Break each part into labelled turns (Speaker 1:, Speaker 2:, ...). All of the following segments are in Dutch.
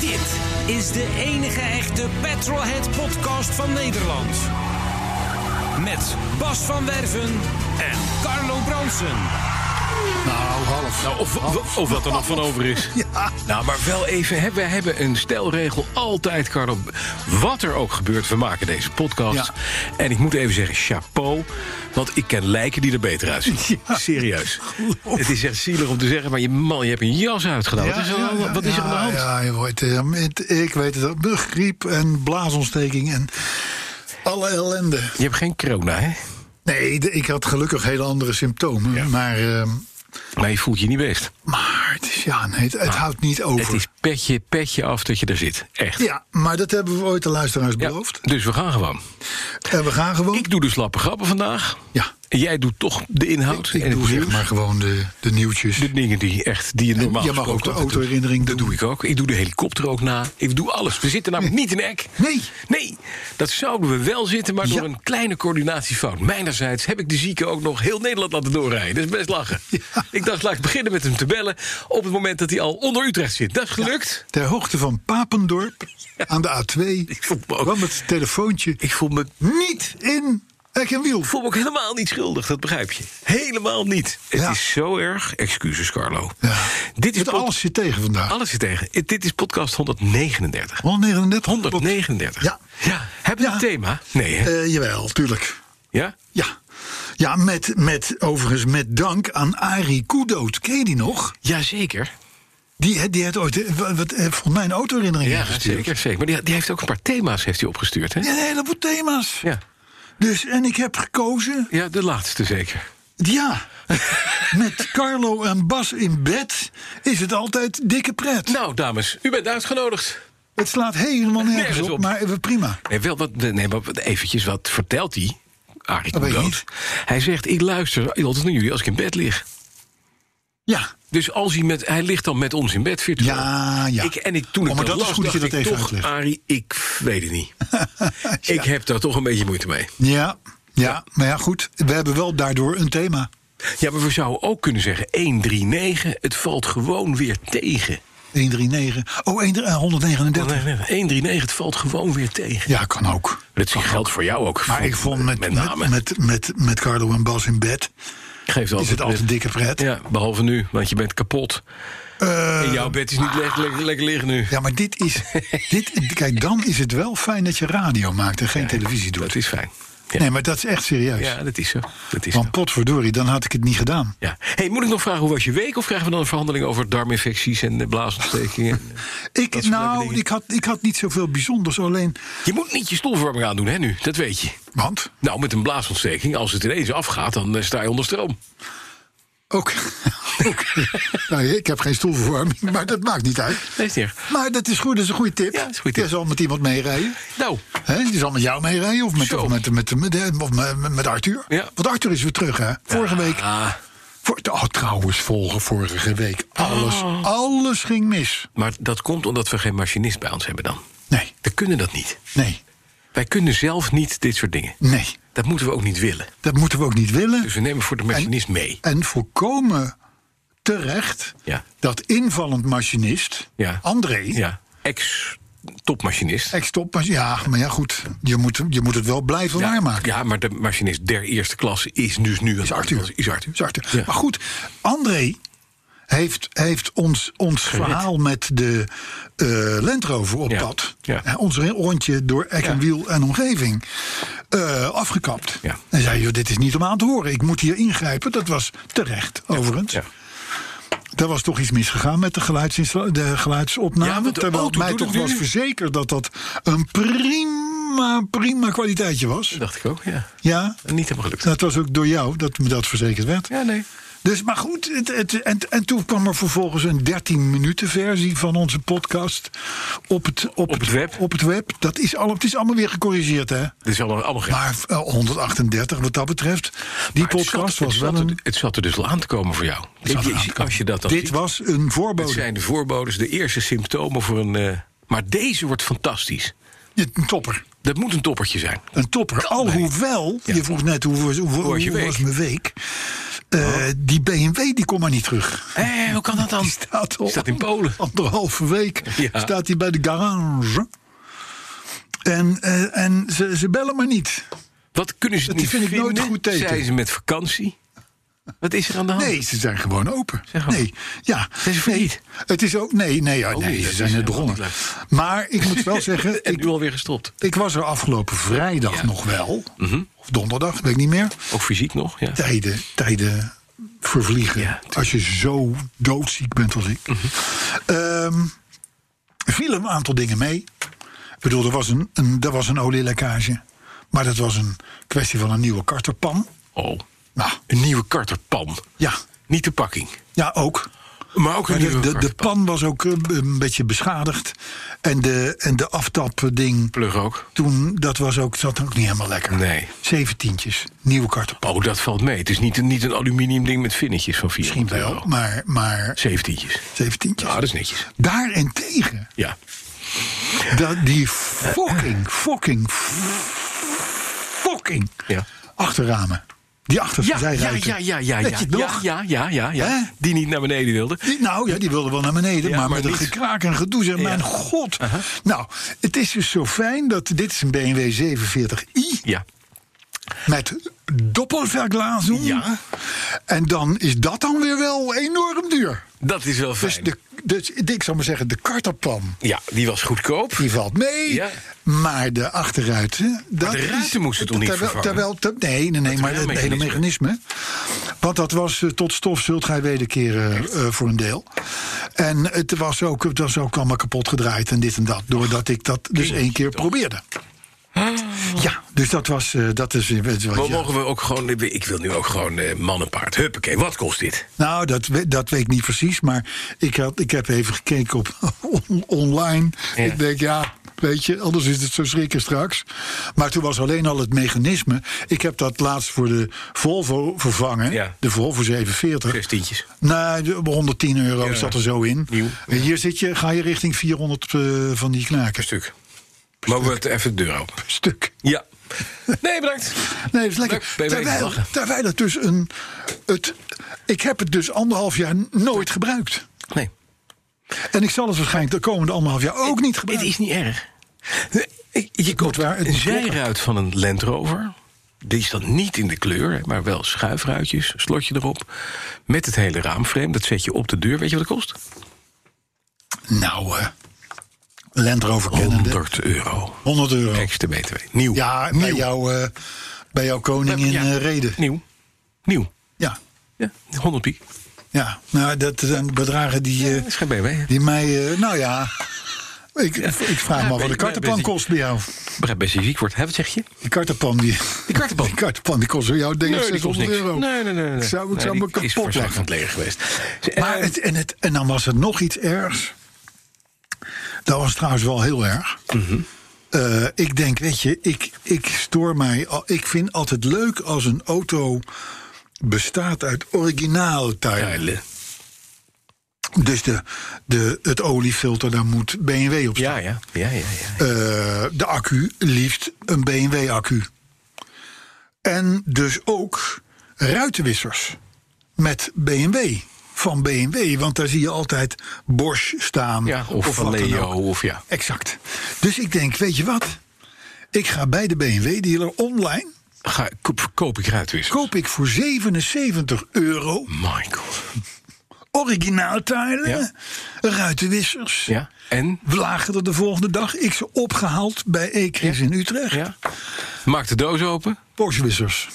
Speaker 1: Dit is de enige echte Petrolhead podcast van Nederland. Met Bas van Werven en Carlo Bronsen.
Speaker 2: Nou, half.
Speaker 3: Nou, of, of, of wat er nog van over is. Nou, maar wel even. Hè, we hebben een stelregel altijd, Carlo. Wat er ook gebeurt, we maken deze podcast.
Speaker 2: Ja.
Speaker 3: En ik moet even zeggen, chapeau. Want ik ken lijken die er beter uitzien. Serieus. Het is echt zielig om te zeggen, maar je, man, je hebt een jas uitgedaan.
Speaker 2: Ja,
Speaker 3: wat is er,
Speaker 2: ja,
Speaker 3: aan-
Speaker 2: ja,
Speaker 3: wat is er aan de
Speaker 2: ja,
Speaker 3: hand?
Speaker 2: Ja, je wordt, eh, met- ik weet het ook. Griep en blaasontsteking en alle ellende.
Speaker 3: Je hebt geen corona, hè?
Speaker 2: Nee, de- ik had gelukkig hele andere symptomen. Maar, eh,
Speaker 3: Maar je voelt je niet best.
Speaker 2: maar het, is, ja, nee, het, het houdt niet over.
Speaker 3: Ah, Het is petje, petje af dat je er zit. Echt.
Speaker 2: Ja, maar dat hebben we ooit de luisteraars
Speaker 3: Ja,
Speaker 2: beloofd.
Speaker 3: dus we gaan gewoon.
Speaker 2: En we gaan gewoon.
Speaker 3: Ik doe de slappe grappen vandaag.
Speaker 2: ja,
Speaker 3: En jij doet toch de inhoud.
Speaker 2: ik
Speaker 3: en het
Speaker 2: doe zeg
Speaker 3: nieuws.
Speaker 2: maar gewoon de, de nieuwtjes.
Speaker 3: De dingen die echt die je normaal
Speaker 2: je mag ook de
Speaker 3: gesproken altijd doet.
Speaker 2: autoherinnering
Speaker 3: Dat
Speaker 2: doen.
Speaker 3: doe ik ook. Ik doe de helikopter ook na. Ik doe alles. We zitten namelijk niet in ek.
Speaker 2: Nee.
Speaker 3: Nee, dat zouden we wel zitten, maar door
Speaker 2: Ja.
Speaker 3: een kleine coördinatiefout. Mijnerzijds heb ik de zieke ook nog heel Nederland laten doorrijden. Dat is best lachen. Ik dacht, laat ik beginnen met hem te bellen op het moment dat hij al onder Utrecht zit. Dat is gelukt.
Speaker 2: Ter hoogte van Papendorp aan de A2
Speaker 3: Ik voel me ook-
Speaker 2: kwam het telefoontje
Speaker 3: Ik voel me,
Speaker 2: niet in Eck en Wiel.
Speaker 3: voel me ook helemaal niet schuldig, dat begrijp je. Helemaal niet. Het
Speaker 2: Ja.
Speaker 3: is zo erg. Excuses, Carlo.
Speaker 2: Ja.
Speaker 3: Dit is
Speaker 2: Het
Speaker 3: pod-
Speaker 2: alles zit tegen vandaag.
Speaker 3: alles zit tegen. Dit is podcast 139.
Speaker 2: 139.
Speaker 3: 139.
Speaker 2: Ja.
Speaker 3: ja. Hebben we
Speaker 2: Ja.
Speaker 3: een thema? Nee, hè?
Speaker 2: Eh, jawel, tuurlijk.
Speaker 3: ja?
Speaker 2: Ja. Ja, met, met, overigens met dank aan Arie Kudoot. Ken je die nog?
Speaker 3: Jazeker.
Speaker 2: Die, he- die had ooit, eh, wa- wat, eh, volgens mij, een autoherinnering
Speaker 3: Ja,
Speaker 2: ingestuurd.
Speaker 3: zeker, zeker. Maar die, die heeft ook een paar thema's heeft hij opgestuurd, hè?
Speaker 2: Ja, Een heleboel thema's.
Speaker 3: Ja.
Speaker 2: Dus, en ik heb gekozen,
Speaker 3: Ja, de laatste zeker.
Speaker 2: ja, met Carlo en Bas in bed is het altijd dikke pret.
Speaker 3: Nou, dames, u bent uitgenodigd.
Speaker 2: Het slaat helemaal nergens
Speaker 3: Nergens
Speaker 2: op,
Speaker 3: op.
Speaker 2: maar even prima.
Speaker 3: Nee, wel, wat, nee, maar wat- eventjes, wat vertelt hij? Arie
Speaker 2: Dat weet ik
Speaker 3: Koenrood. Hij zegt, ik luister altijd naar jullie als ik in bed lig.
Speaker 2: Ja,
Speaker 3: Dus als hij, met, hij ligt dan met ons in bed virtueel.
Speaker 2: Ja, ja.
Speaker 3: Ik, en ik, toen ik
Speaker 2: Oh, maar
Speaker 3: dat,
Speaker 2: dat
Speaker 3: las,
Speaker 2: is goed dat je
Speaker 3: dacht
Speaker 2: dat
Speaker 3: ik
Speaker 2: even
Speaker 3: toch,
Speaker 2: uitlegt.
Speaker 3: Arie, ik weet het niet. Ik heb daar toch een beetje moeite mee.
Speaker 2: ja, ja, maar ja, goed. We hebben wel daardoor een thema.
Speaker 3: Ja, maar we zouden ook kunnen zeggen 139, het valt gewoon weer tegen.
Speaker 2: 139. Oh, 1, eh, 139.
Speaker 3: 139, het valt gewoon weer tegen.
Speaker 2: Ja, kan ook.
Speaker 3: Dat geldt voor jou ook.
Speaker 2: Maar
Speaker 3: voor-
Speaker 2: ik vond met,
Speaker 3: met
Speaker 2: met,
Speaker 3: name.
Speaker 2: met, met, met Carlo en Bas in bed
Speaker 3: geeft
Speaker 2: is het altijd dikke pret. Ja.
Speaker 3: Ja, behalve nu, want je bent kapot.
Speaker 2: Eh,
Speaker 3: en jouw bed is niet lekker, lekker, lekker liggen nu.
Speaker 2: maar dit is. dit, kijk, dan is het wel fijn dat je radio maakt en geen televisie doet.
Speaker 3: Dat is fijn. Ja,
Speaker 2: Nee, maar dat is echt serieus.
Speaker 3: ja dat is zo. Dat is zo.
Speaker 2: Want potverdorie, dan had ik het niet gedaan.
Speaker 3: Ja. Hey, moet ik nog vragen, hoe was je week? Of krijgen we dan een verhandeling over darminfecties en eh, blaasontstekingen? soort
Speaker 2: Ik,
Speaker 3: leuke
Speaker 2: nou,
Speaker 3: dingen.
Speaker 2: ik had, ik had niet zoveel bijzonders, alleen.
Speaker 3: je moet niet je stoelverwarming aandoen, hè, nu. Dat weet je.
Speaker 2: Want?
Speaker 3: Nou, met een blaasontsteking, als het ineens afgaat, dan eh, sta je onder stroom.
Speaker 2: Ook. Oké. nou, ik heb geen stoelverwarming, maar dat maakt niet uit.
Speaker 3: Nee, is niet erg.
Speaker 2: Maar dat is goed, dat is een goede tip.
Speaker 3: Ja, dat is een goede tip.
Speaker 2: Je zal met iemand meerijden.
Speaker 3: Nou,
Speaker 2: Hè, die zal met jou meerijden of met,
Speaker 3: Zo.
Speaker 2: of met, met, met, eh, of met, met Arthur.
Speaker 3: Ja.
Speaker 2: Want Arthur is weer terug, hè? Vorige week.
Speaker 3: ah,
Speaker 2: Voor, oh, trouwens, volgen vorige week. Alles,
Speaker 3: Oh.
Speaker 2: alles ging mis.
Speaker 3: maar dat komt omdat we geen machinist bij ons hebben dan.
Speaker 2: Nee,
Speaker 3: We kunnen dat niet.
Speaker 2: nee,
Speaker 3: Wij kunnen zelf niet dit soort dingen.
Speaker 2: nee.
Speaker 3: Dat moeten we ook niet willen.
Speaker 2: Dat moeten we ook niet willen.
Speaker 3: Dus we nemen voor de machinist mee.
Speaker 2: En voorkomen terecht
Speaker 3: Ja.
Speaker 2: dat invallend machinist,
Speaker 3: Ja.
Speaker 2: André,
Speaker 3: Ja, ex-topmachinist.
Speaker 2: ik stop, maar- ja, maar ja, goed, je moet, je moet het wel blijven
Speaker 3: Ja,
Speaker 2: waarmaken.
Speaker 3: ja, maar de machinist der eerste klasse is dus nu... Is
Speaker 2: Arthur.
Speaker 3: Is Arthur.
Speaker 2: Is Arthur.
Speaker 3: Ja.
Speaker 2: Maar goed, André heeft, heeft ons, ons verhaal met de eh Land Rover op
Speaker 3: Ja.
Speaker 2: pad...
Speaker 3: Ja.
Speaker 2: hè, ons rondje door Eck en
Speaker 3: Ja.
Speaker 2: Wiel en omgeving eh, afgekapt.
Speaker 3: Ja.
Speaker 2: En zei, joh, dit is niet om aan te horen, ik moet hier ingrijpen. Dat was terecht, overigens.
Speaker 3: Ja.
Speaker 2: Daar was toch iets misgegaan met de, geluidsinstalla- de geluidsopname.
Speaker 3: Ja, want de
Speaker 2: terwijl
Speaker 3: auto
Speaker 2: mij
Speaker 3: doet
Speaker 2: toch
Speaker 3: het nu.
Speaker 2: was verzekerd dat dat een prima, prima kwaliteitje was.
Speaker 3: Dat dacht ik ook, ja.
Speaker 2: Ja,
Speaker 3: Niet helemaal gelukt.
Speaker 2: dat was ook door jou dat me dat verzekerd werd.
Speaker 3: Ja, nee.
Speaker 2: Dus, maar goed, het, het- en, en toen kwam er vervolgens een 13-minuten versie van onze podcast op het, op
Speaker 3: het web.
Speaker 2: Op het web. Dat is al, het is allemaal weer gecorrigeerd, hè?
Speaker 3: Dit is allemaal, allemaal
Speaker 2: Maar eh, 138 wat dat betreft.
Speaker 3: Maar
Speaker 2: Die
Speaker 3: het
Speaker 2: podcast
Speaker 3: zat-
Speaker 2: was
Speaker 3: het
Speaker 2: wel
Speaker 3: zat er-
Speaker 2: een-
Speaker 3: Het zat er dus wel aan te komen voor jou.
Speaker 2: zat
Speaker 3: Je-
Speaker 2: er
Speaker 3: je-
Speaker 2: aan te komen.
Speaker 3: als je dat dan
Speaker 2: Dit
Speaker 3: ziet,
Speaker 2: was een
Speaker 3: het
Speaker 2: voorbode.
Speaker 3: zijn de voorbodes, de eerste symptomen voor een... eh, maar deze wordt fantastisch.
Speaker 2: Een topper.
Speaker 3: Dat moet een toppertje zijn.
Speaker 2: Een topper. Alhoewel, je vroeg net hoe, was- hoe,
Speaker 3: was je
Speaker 2: hoe
Speaker 3: week?
Speaker 2: was mijn week. Eh, Die BMW die komt maar niet terug.
Speaker 3: Hé, Eh, hoe kan dat dan?
Speaker 2: Die staat al
Speaker 3: Die staat in Polen.
Speaker 2: anderhalve week.
Speaker 3: Ja.
Speaker 2: Staat hij bij de garage. En, eh, en ze, ze bellen maar niet.
Speaker 3: Wat kunnen ze
Speaker 2: Dat
Speaker 3: niet
Speaker 2: vind ik nooit
Speaker 3: vinden?
Speaker 2: goed teken.
Speaker 3: Zijn ze met vakantie? Wat is er aan de hand?
Speaker 2: Nee, ze zijn gewoon open.
Speaker 3: Zeg maar.
Speaker 2: nee, ja.
Speaker 3: Zijn ze
Speaker 2: nee,
Speaker 3: failliet?
Speaker 2: het is ook. Nee, nee, ja,
Speaker 3: nee,
Speaker 2: nee
Speaker 3: dat
Speaker 2: ze
Speaker 3: is
Speaker 2: zijn net
Speaker 3: helemaal
Speaker 2: begonnen.
Speaker 3: niet
Speaker 2: Maar ik moet wel zeggen.
Speaker 3: En
Speaker 2: ik,
Speaker 3: nu alweer gestopt.
Speaker 2: ik was er afgelopen vrijdag
Speaker 3: Ja. Mhm.
Speaker 2: nog wel. Of donderdag, weet ik niet meer.
Speaker 3: Ook fysiek nog, ja.
Speaker 2: tijden, tijden vervliegen.
Speaker 3: Ja, tuurlijk. Mhm.
Speaker 2: als je zo doodziek bent als ik. Ehm, vielen een aantal dingen mee. Ik bedoel, er was een, een, er was een olielekkage. Maar dat was een kwestie van een nieuwe karterpan.
Speaker 3: Oh,
Speaker 2: Nou,
Speaker 3: een nieuwe karterpan.
Speaker 2: ja,
Speaker 3: Niet de pakking.
Speaker 2: ja ook.
Speaker 3: Maar ook een
Speaker 2: Maar de,
Speaker 3: nieuwe
Speaker 2: de, de
Speaker 3: karterpan.
Speaker 2: pan was ook eh, een beetje beschadigd. En de, en de aftapding
Speaker 3: Plug ook.
Speaker 2: toen, dat was ook, zat ook niet helemaal lekker.
Speaker 3: Nee.
Speaker 2: Zeventientjes, nieuwe karterpan.
Speaker 3: Oh, dat valt mee. Het is niet, een- niet een aluminium ding met vinnetjes van Oh, 4.
Speaker 2: Misschien wel, maar, maar
Speaker 3: Zeventientjes.
Speaker 2: zeventientjes.
Speaker 3: Nou, dat is netjes.
Speaker 2: Daarentegen
Speaker 3: Ja.
Speaker 2: Dat die fucking, fucking, fucking
Speaker 3: Ja.
Speaker 2: achterramen. Die achterste
Speaker 3: Ja, ja,
Speaker 2: zijruiten.
Speaker 3: ja, ja, ja,
Speaker 2: Weet
Speaker 3: ja,
Speaker 2: je het
Speaker 3: ja,
Speaker 2: nog?
Speaker 3: ja, ja, ja, ja.
Speaker 2: Hè?
Speaker 3: Die niet naar beneden wilde.
Speaker 2: Die- nou ja, die wilden wel naar beneden,
Speaker 3: Ja,
Speaker 2: maar,
Speaker 3: maar
Speaker 2: met een
Speaker 3: niet. Uh-huh.
Speaker 2: gekraak en gedoe. Zeg, Mijn god. Nou, het is dus zo fijn dat dit is een BMW 47i
Speaker 3: Ja.
Speaker 2: met doppelverglazing.
Speaker 3: Ja.
Speaker 2: En dan is dat dan weer wel enorm duur.
Speaker 3: Dat is wel
Speaker 2: Dus,
Speaker 3: fijn.
Speaker 2: de, dus ik zou maar zeggen, de karterpan,
Speaker 3: Ja, die was goedkoop.
Speaker 2: die valt mee.
Speaker 3: Ja.
Speaker 2: Maar de achterruiten... dat
Speaker 3: de
Speaker 2: is-
Speaker 3: ruiten moesten toch niet
Speaker 2: terwijl,
Speaker 3: vervangen?
Speaker 2: terwijl, ter- Nee, nee, nee, maar het hele
Speaker 3: ruilmechanisme.
Speaker 2: mechanisme. Want dat was eh, tot stof zult gij wederkeren eh, voor een deel. En het was, ook, het was ook allemaal kapot gedraaid en dit en dat. Doordat ik dat dus één keer probeerde. Ja, dus dat was... eh, dat is, weer- weet je wat,
Speaker 3: Ah. Maar
Speaker 2: ja.
Speaker 3: mogen we ook gewoon... Ik wil nu ook gewoon eh, mannenpaard. Huppakee, wat kost dit?
Speaker 2: Nou, dat, we- dat weet ik niet precies. Maar ik, had, ik heb even gekeken op on- online.
Speaker 3: Ja.
Speaker 2: Ik denk, ja, weet je, anders is het zo schrikken straks. Maar toen was alleen al het mechanisme. Ik heb dat laatst voor de Volvo vervangen.
Speaker 3: Ja.
Speaker 2: De Volvo 47.
Speaker 3: Zestientjes.
Speaker 2: Nou, de- 110 euro
Speaker 3: Ja.
Speaker 2: zat er zo in.
Speaker 3: Nieuw.
Speaker 2: En hier zit je, ga je richting 400 eh, van die knaken.
Speaker 3: Stuk. Mogen we het even de deur open?
Speaker 2: Stuk.
Speaker 3: Ja. Nee, bedankt.
Speaker 2: Nee, dat is lekker.
Speaker 3: Leuk, ben je mee
Speaker 2: terwijl,
Speaker 3: gelachen.
Speaker 2: terwijl het dus een... Het, ik heb het dus anderhalf jaar nooit gebruikt.
Speaker 3: Nee.
Speaker 2: En ik zal het waarschijnlijk de komende anderhalf jaar ook niet
Speaker 3: Het
Speaker 2: gebruiken.
Speaker 3: is niet erg. Je- Je koopt
Speaker 2: waar, het
Speaker 3: een
Speaker 2: moet kloppen.
Speaker 3: zijruit van een Land Rover. Die is dan niet in de kleur, maar wel schuifruitjes, slotje erop. Met het hele raamframe. Dat zet je op de deur. Weet je wat het kost?
Speaker 2: Nou, eh Land Rover kennende.
Speaker 3: 100 euro.
Speaker 2: 100 euro.
Speaker 3: Extra BTW. Nieuw.
Speaker 2: Ja, bij, jou, eh, bij jouw koning in
Speaker 3: Ja.
Speaker 2: eh, Reden.
Speaker 3: Nieuw. Nieuw.
Speaker 2: Ja,
Speaker 3: Ja, 100 piek.
Speaker 2: ja. Nou, dat zijn bedragen die, eh,
Speaker 3: Dat is geen BMW. hè?
Speaker 2: die mij... eh, nou ja, ik, ik vraag me af wat
Speaker 3: ben-
Speaker 2: de kartenpan
Speaker 3: ben-
Speaker 2: kost bij jou.
Speaker 3: Ik Begrijp best dat je ziek wordt. Hè, wat zeg je?
Speaker 2: Die kartenpan die...
Speaker 3: Die kartenpan.
Speaker 2: Die kartenpan die kost bij jou denk ik
Speaker 3: die kost
Speaker 2: 600
Speaker 3: niks.
Speaker 2: euro.
Speaker 3: Nee, nee, nee. nee.
Speaker 2: Ik zou, ik
Speaker 3: Nee,
Speaker 2: zou
Speaker 3: die
Speaker 2: me
Speaker 3: is waarschijnlijk
Speaker 2: kapot leggen.
Speaker 3: van het leger geweest.
Speaker 2: Maar
Speaker 3: Eh,
Speaker 2: het, en, het, en dan was het nog iets ergs. Dat was trouwens wel heel erg. Eh, ik denk, weet je, ik, ik stoor mij. al- Ik vind altijd leuk als een auto bestaat uit originale tijden.
Speaker 3: Huilen.
Speaker 2: Dus de, de, het oliefilter, daar moet BMW op staan.
Speaker 3: Ja, ja, ja, ja. ja.
Speaker 2: Eh, de accu, liefst een BMW-accu. En dus ook ruitenwissers met BMW. Van BMW, want daar zie je altijd Bosch staan.
Speaker 3: Ja, of, van
Speaker 2: wat dan
Speaker 3: Leo,
Speaker 2: ook.
Speaker 3: of ja.
Speaker 2: Exact. Dus ik denk, weet je wat? Ik ga bij de BMW-dealer online.
Speaker 3: Ga, koop, verkoop ik ruitwissel.
Speaker 2: Koop ik voor 77 euro
Speaker 3: Michael.
Speaker 2: originaaltijden,
Speaker 3: Ja.
Speaker 2: ruitenwissers.
Speaker 3: Ja, en?
Speaker 2: We lagen er de volgende dag. Ik ze opgehaald bij Ecris in Utrecht.
Speaker 3: Ja. Maak de doos open.
Speaker 2: Bosch-wissers.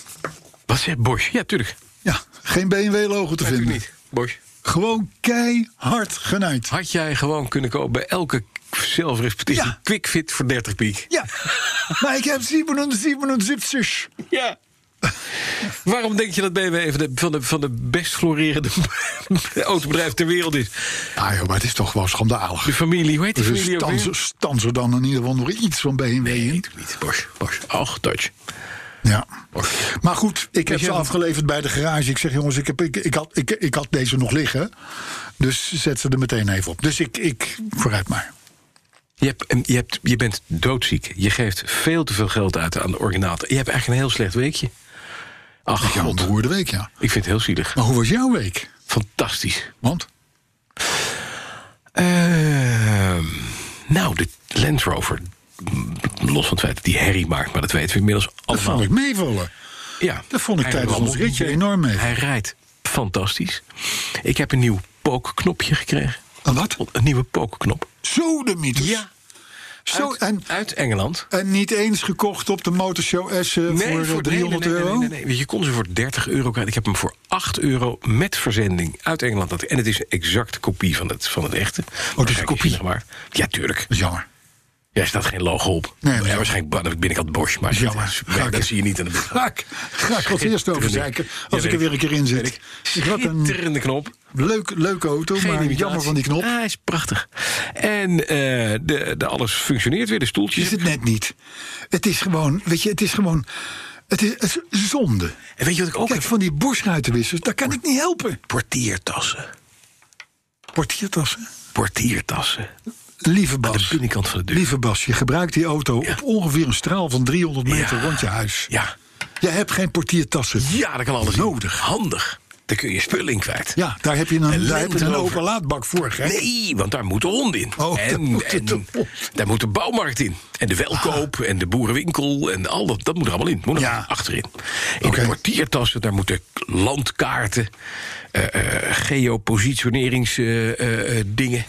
Speaker 3: Wat zegt Bosch? Ja, tuurlijk.
Speaker 2: Ja, geen BMW-logo te
Speaker 3: Natuurlijk
Speaker 2: vinden.
Speaker 3: niet. Bosch.
Speaker 2: Gewoon keihard genaaid.
Speaker 3: Had jij gewoon kunnen kopen bij elke zelfrespectieve
Speaker 2: Ja.
Speaker 3: quickfit voor 30 piek?
Speaker 2: Ja, maar ik heb 77.
Speaker 3: Ja. Waarom denk je dat BMW van de, van de, van de best florerende autobedrijf ter wereld is?
Speaker 2: Ah, joh, maar het is toch wel schandalig.
Speaker 3: De familie, hoe heet die
Speaker 2: Dus
Speaker 3: familie ook weer?
Speaker 2: stans er dan in ieder geval nog iets van BMW
Speaker 3: Nee,
Speaker 2: in.
Speaker 3: doe niet. Bosch, Bosch. Och, Dutch.
Speaker 2: Ja. Maar goed, ik heb
Speaker 3: je
Speaker 2: ze
Speaker 3: wat?
Speaker 2: afgeleverd bij de garage. Ik zeg, jongens, ik, heb, ik, ik, had, ik, ik had deze nog liggen. Dus zet ze er meteen even op. Dus ik, ik vooruit maar.
Speaker 3: Je, hebt, en je, hebt, je bent doodziek. Je geeft veel te veel geld uit aan de originaal. Je hebt eigenlijk een heel slecht weekje. Ach,
Speaker 2: Ja, een
Speaker 3: god.
Speaker 2: beroerde week, ja.
Speaker 3: Ik vind het heel zielig.
Speaker 2: Maar hoe was jouw week?
Speaker 3: Fantastisch.
Speaker 2: Want?
Speaker 3: Ehm, nou, de Land Rover. m, Los van het feit dat die herrie maakt, maar dat weten we inmiddels
Speaker 2: Dat
Speaker 3: allemaal.
Speaker 2: vond ik meevallen.
Speaker 3: ja,
Speaker 2: dat vond ik
Speaker 3: Hij
Speaker 2: tijdens ons
Speaker 3: rammelt-
Speaker 2: ritje enorm mee.
Speaker 3: Hij rijdt fantastisch. Ik heb een nieuw pookknopje gekregen.
Speaker 2: Een wat?
Speaker 3: Een nieuwe pookknop.
Speaker 2: Zo de mythes. Zo,
Speaker 3: uit,
Speaker 2: en,
Speaker 3: uit Engeland.
Speaker 2: en niet eens gekocht op de Motorshow S eh, voor, eh,
Speaker 3: nee,
Speaker 2: 300
Speaker 3: nee, nee,
Speaker 2: euro?
Speaker 3: Nee, nee, nee. Je kon ze voor 30 euro krijgen. Ik heb hem voor 8 euro met verzending uit Engeland. En het is een exacte kopie van het, van het echte.
Speaker 2: Oh, het is een kopie?
Speaker 3: Maar. Ja, tuurlijk.
Speaker 2: Dat is jammer.
Speaker 3: Ja, er staat geen logo op.
Speaker 2: Nee, maar-
Speaker 3: ja, waarschijnlijk aan de binnenkant Bosch, maar
Speaker 2: Jammer.
Speaker 3: dat is-
Speaker 2: Ga ik-
Speaker 3: dat zie je niet aan de
Speaker 2: Ga
Speaker 3: binnenkant.
Speaker 2: ik, ga ik als eerst over zeiken
Speaker 3: Ja,
Speaker 2: als ik er
Speaker 3: weet
Speaker 2: weer een keer in
Speaker 3: Weet
Speaker 2: zit.
Speaker 3: ik.
Speaker 2: Ik had een
Speaker 3: Schitterende knop.
Speaker 2: leuk, leuke auto,
Speaker 3: Geen
Speaker 2: maar
Speaker 3: imitatie.
Speaker 2: jammer van die knop.
Speaker 3: Ah, hij is prachtig. En eh, de, de alles functioneert weer, de stoeltjes.
Speaker 2: is het net niet. Het is gewoon, weet je, het is gewoon. Het is, het is zonde.
Speaker 3: En weet je wat ik ook
Speaker 2: Kijk,
Speaker 3: heb?
Speaker 2: van die borstruitenwissers, daar kan ik niet helpen.
Speaker 3: Portiertassen.
Speaker 2: Portiertassen.
Speaker 3: Portiertassen.
Speaker 2: Lieve
Speaker 3: Aan de
Speaker 2: Bas,
Speaker 3: binnenkant van de deur.
Speaker 2: lieve Bas, je gebruikt die auto
Speaker 3: Ja.
Speaker 2: op ongeveer een straal van 300 meter
Speaker 3: Ja.
Speaker 2: rond je huis.
Speaker 3: Ja.
Speaker 2: Je hebt geen portiertassen.
Speaker 3: ja, dat kan alles. Nodig. Handig. Daar kun je spullen in kwijt.
Speaker 2: Ja, daar heb je een,
Speaker 3: Een
Speaker 2: daar heb je een
Speaker 3: Land
Speaker 2: open
Speaker 3: Rover.
Speaker 2: laadbak voor, hè?
Speaker 3: Nee, want daar moeten honden in.
Speaker 2: Oh, daar
Speaker 3: en,
Speaker 2: moet
Speaker 3: en
Speaker 2: het op.
Speaker 3: daar moet de bouwmarkt in. En de welkoop en de boerenwinkel en al dat, dat moet er allemaal in. Moet er
Speaker 2: Ah. Ja.
Speaker 3: allemaal achterin. In
Speaker 2: Oké.
Speaker 3: de portiertassen, daar moeten landkaarten, eh eh, geopositioneringsdingen. dingen,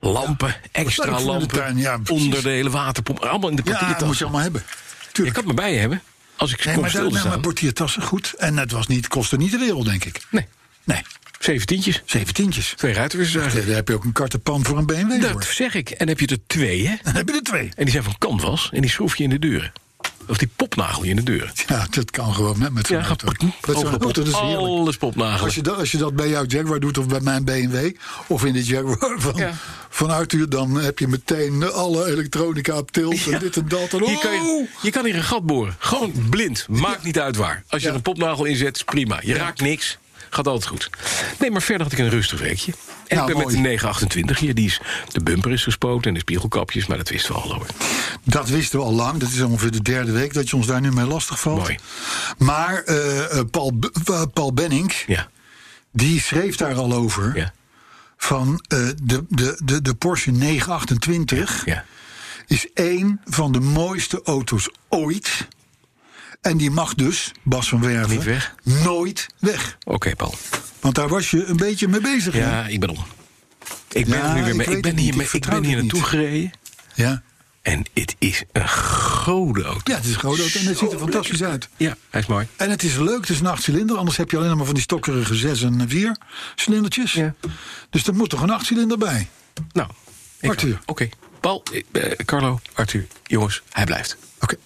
Speaker 3: Lampen,
Speaker 2: Leuk
Speaker 3: extra
Speaker 2: voor de
Speaker 3: lampen,
Speaker 2: tuin, ja, precies.
Speaker 3: onderdelen, waterpomp, allemaal in de
Speaker 2: Ja, dat moet je
Speaker 3: portiertassen.
Speaker 2: allemaal hebben.
Speaker 3: ik
Speaker 2: Tuurlijk.
Speaker 3: kan het me bij je hebben, als ik
Speaker 2: Nee,
Speaker 3: kom
Speaker 2: maar,
Speaker 3: stil
Speaker 2: daar,
Speaker 3: te
Speaker 2: nou, maar
Speaker 3: staan.
Speaker 2: portiertassen, goed. En het was niet, kostte niet de wereld, denk ik.
Speaker 3: Nee,
Speaker 2: Nee,
Speaker 3: zeventientjes,
Speaker 2: zeven tientjes.
Speaker 3: twee ruitenwissers.
Speaker 2: Daar heb je ook een kartenpan voor een BMW
Speaker 3: Dat
Speaker 2: voor.
Speaker 3: zeg ik. En heb je er twee, hè?
Speaker 2: Dan heb je er twee.
Speaker 3: En die zijn van canvas en die schroef je in de deuren. Of die popnagel je in de deuren.
Speaker 2: Ja, dat kan gewoon hè, met zo'n
Speaker 3: Ja, Oh.
Speaker 2: auto.
Speaker 3: gaat-
Speaker 2: Met zo'n
Speaker 3: overal
Speaker 2: auto,
Speaker 3: pop.
Speaker 2: dat is heerlijk.
Speaker 3: Alles popnagelen.
Speaker 2: Als je, dat, als je dat bij jouw Jaguar doet of bij mijn BMW... of in de Jaguar van,
Speaker 3: Ja.
Speaker 2: van Arthur... dan heb je meteen alle elektronica op tilt en
Speaker 3: Ja.
Speaker 2: dit en dat. En
Speaker 3: Hier kan je,
Speaker 2: oh!
Speaker 3: je kan hier een gat boren. Gewoon blind. Maakt niet uit waar. Als je
Speaker 2: Ja.
Speaker 3: er een popnagel inzet, is prima. Je raakt niks. Gaat altijd goed. Nee, maar verder had ik een rustig weekje. En
Speaker 2: Nou,
Speaker 3: ik ben
Speaker 2: mooi.
Speaker 3: met de 928 hier. Die is, de bumper is gespoten en de spiegelkapjes. Maar dat wisten we al hoor.
Speaker 2: Dat wisten we al lang. Dat is ongeveer de derde week dat je ons daar nu mee lastig valt.
Speaker 3: Mooi.
Speaker 2: Maar eh, eh, Paul, B- eh, Paul Benning,
Speaker 3: Ja.
Speaker 2: die schreef daar al over...
Speaker 3: ja.
Speaker 2: van eh, de, de, de, de Porsche 928...
Speaker 3: ja.
Speaker 2: is één van de mooiste auto's ooit. En die mag dus, Bas van Werven,
Speaker 3: Niet weg.
Speaker 2: nooit weg.
Speaker 3: Oké, Paul.
Speaker 2: Want daar was je een beetje mee bezig. hè?
Speaker 3: Ja, ik ben om. Ik ben
Speaker 2: Ja,
Speaker 3: er nu
Speaker 2: ik
Speaker 3: weer mee.
Speaker 2: weet
Speaker 3: Ik ben
Speaker 2: het niet. Ik
Speaker 3: hier, mee- ik
Speaker 2: vertrouw
Speaker 3: ben hier
Speaker 2: dit niet.
Speaker 3: naartoe gereden.
Speaker 2: ja.
Speaker 3: En het is een grote auto.
Speaker 2: Ja, het is een grote auto en het ziet er fantastisch uit.
Speaker 3: Ja, hij is mooi.
Speaker 2: En het is leuk, het is een achtcilinder. Anders heb je alleen maar van die stokkerige zes en vier cilindertjes.
Speaker 3: Ja.
Speaker 2: Dus er moet toch een achtcilinder bij.
Speaker 3: Nou, ik-
Speaker 2: Arthur.
Speaker 3: Oké. Paul, eh, Carlo, Arthur, jongens, hij blijft.
Speaker 2: Oké.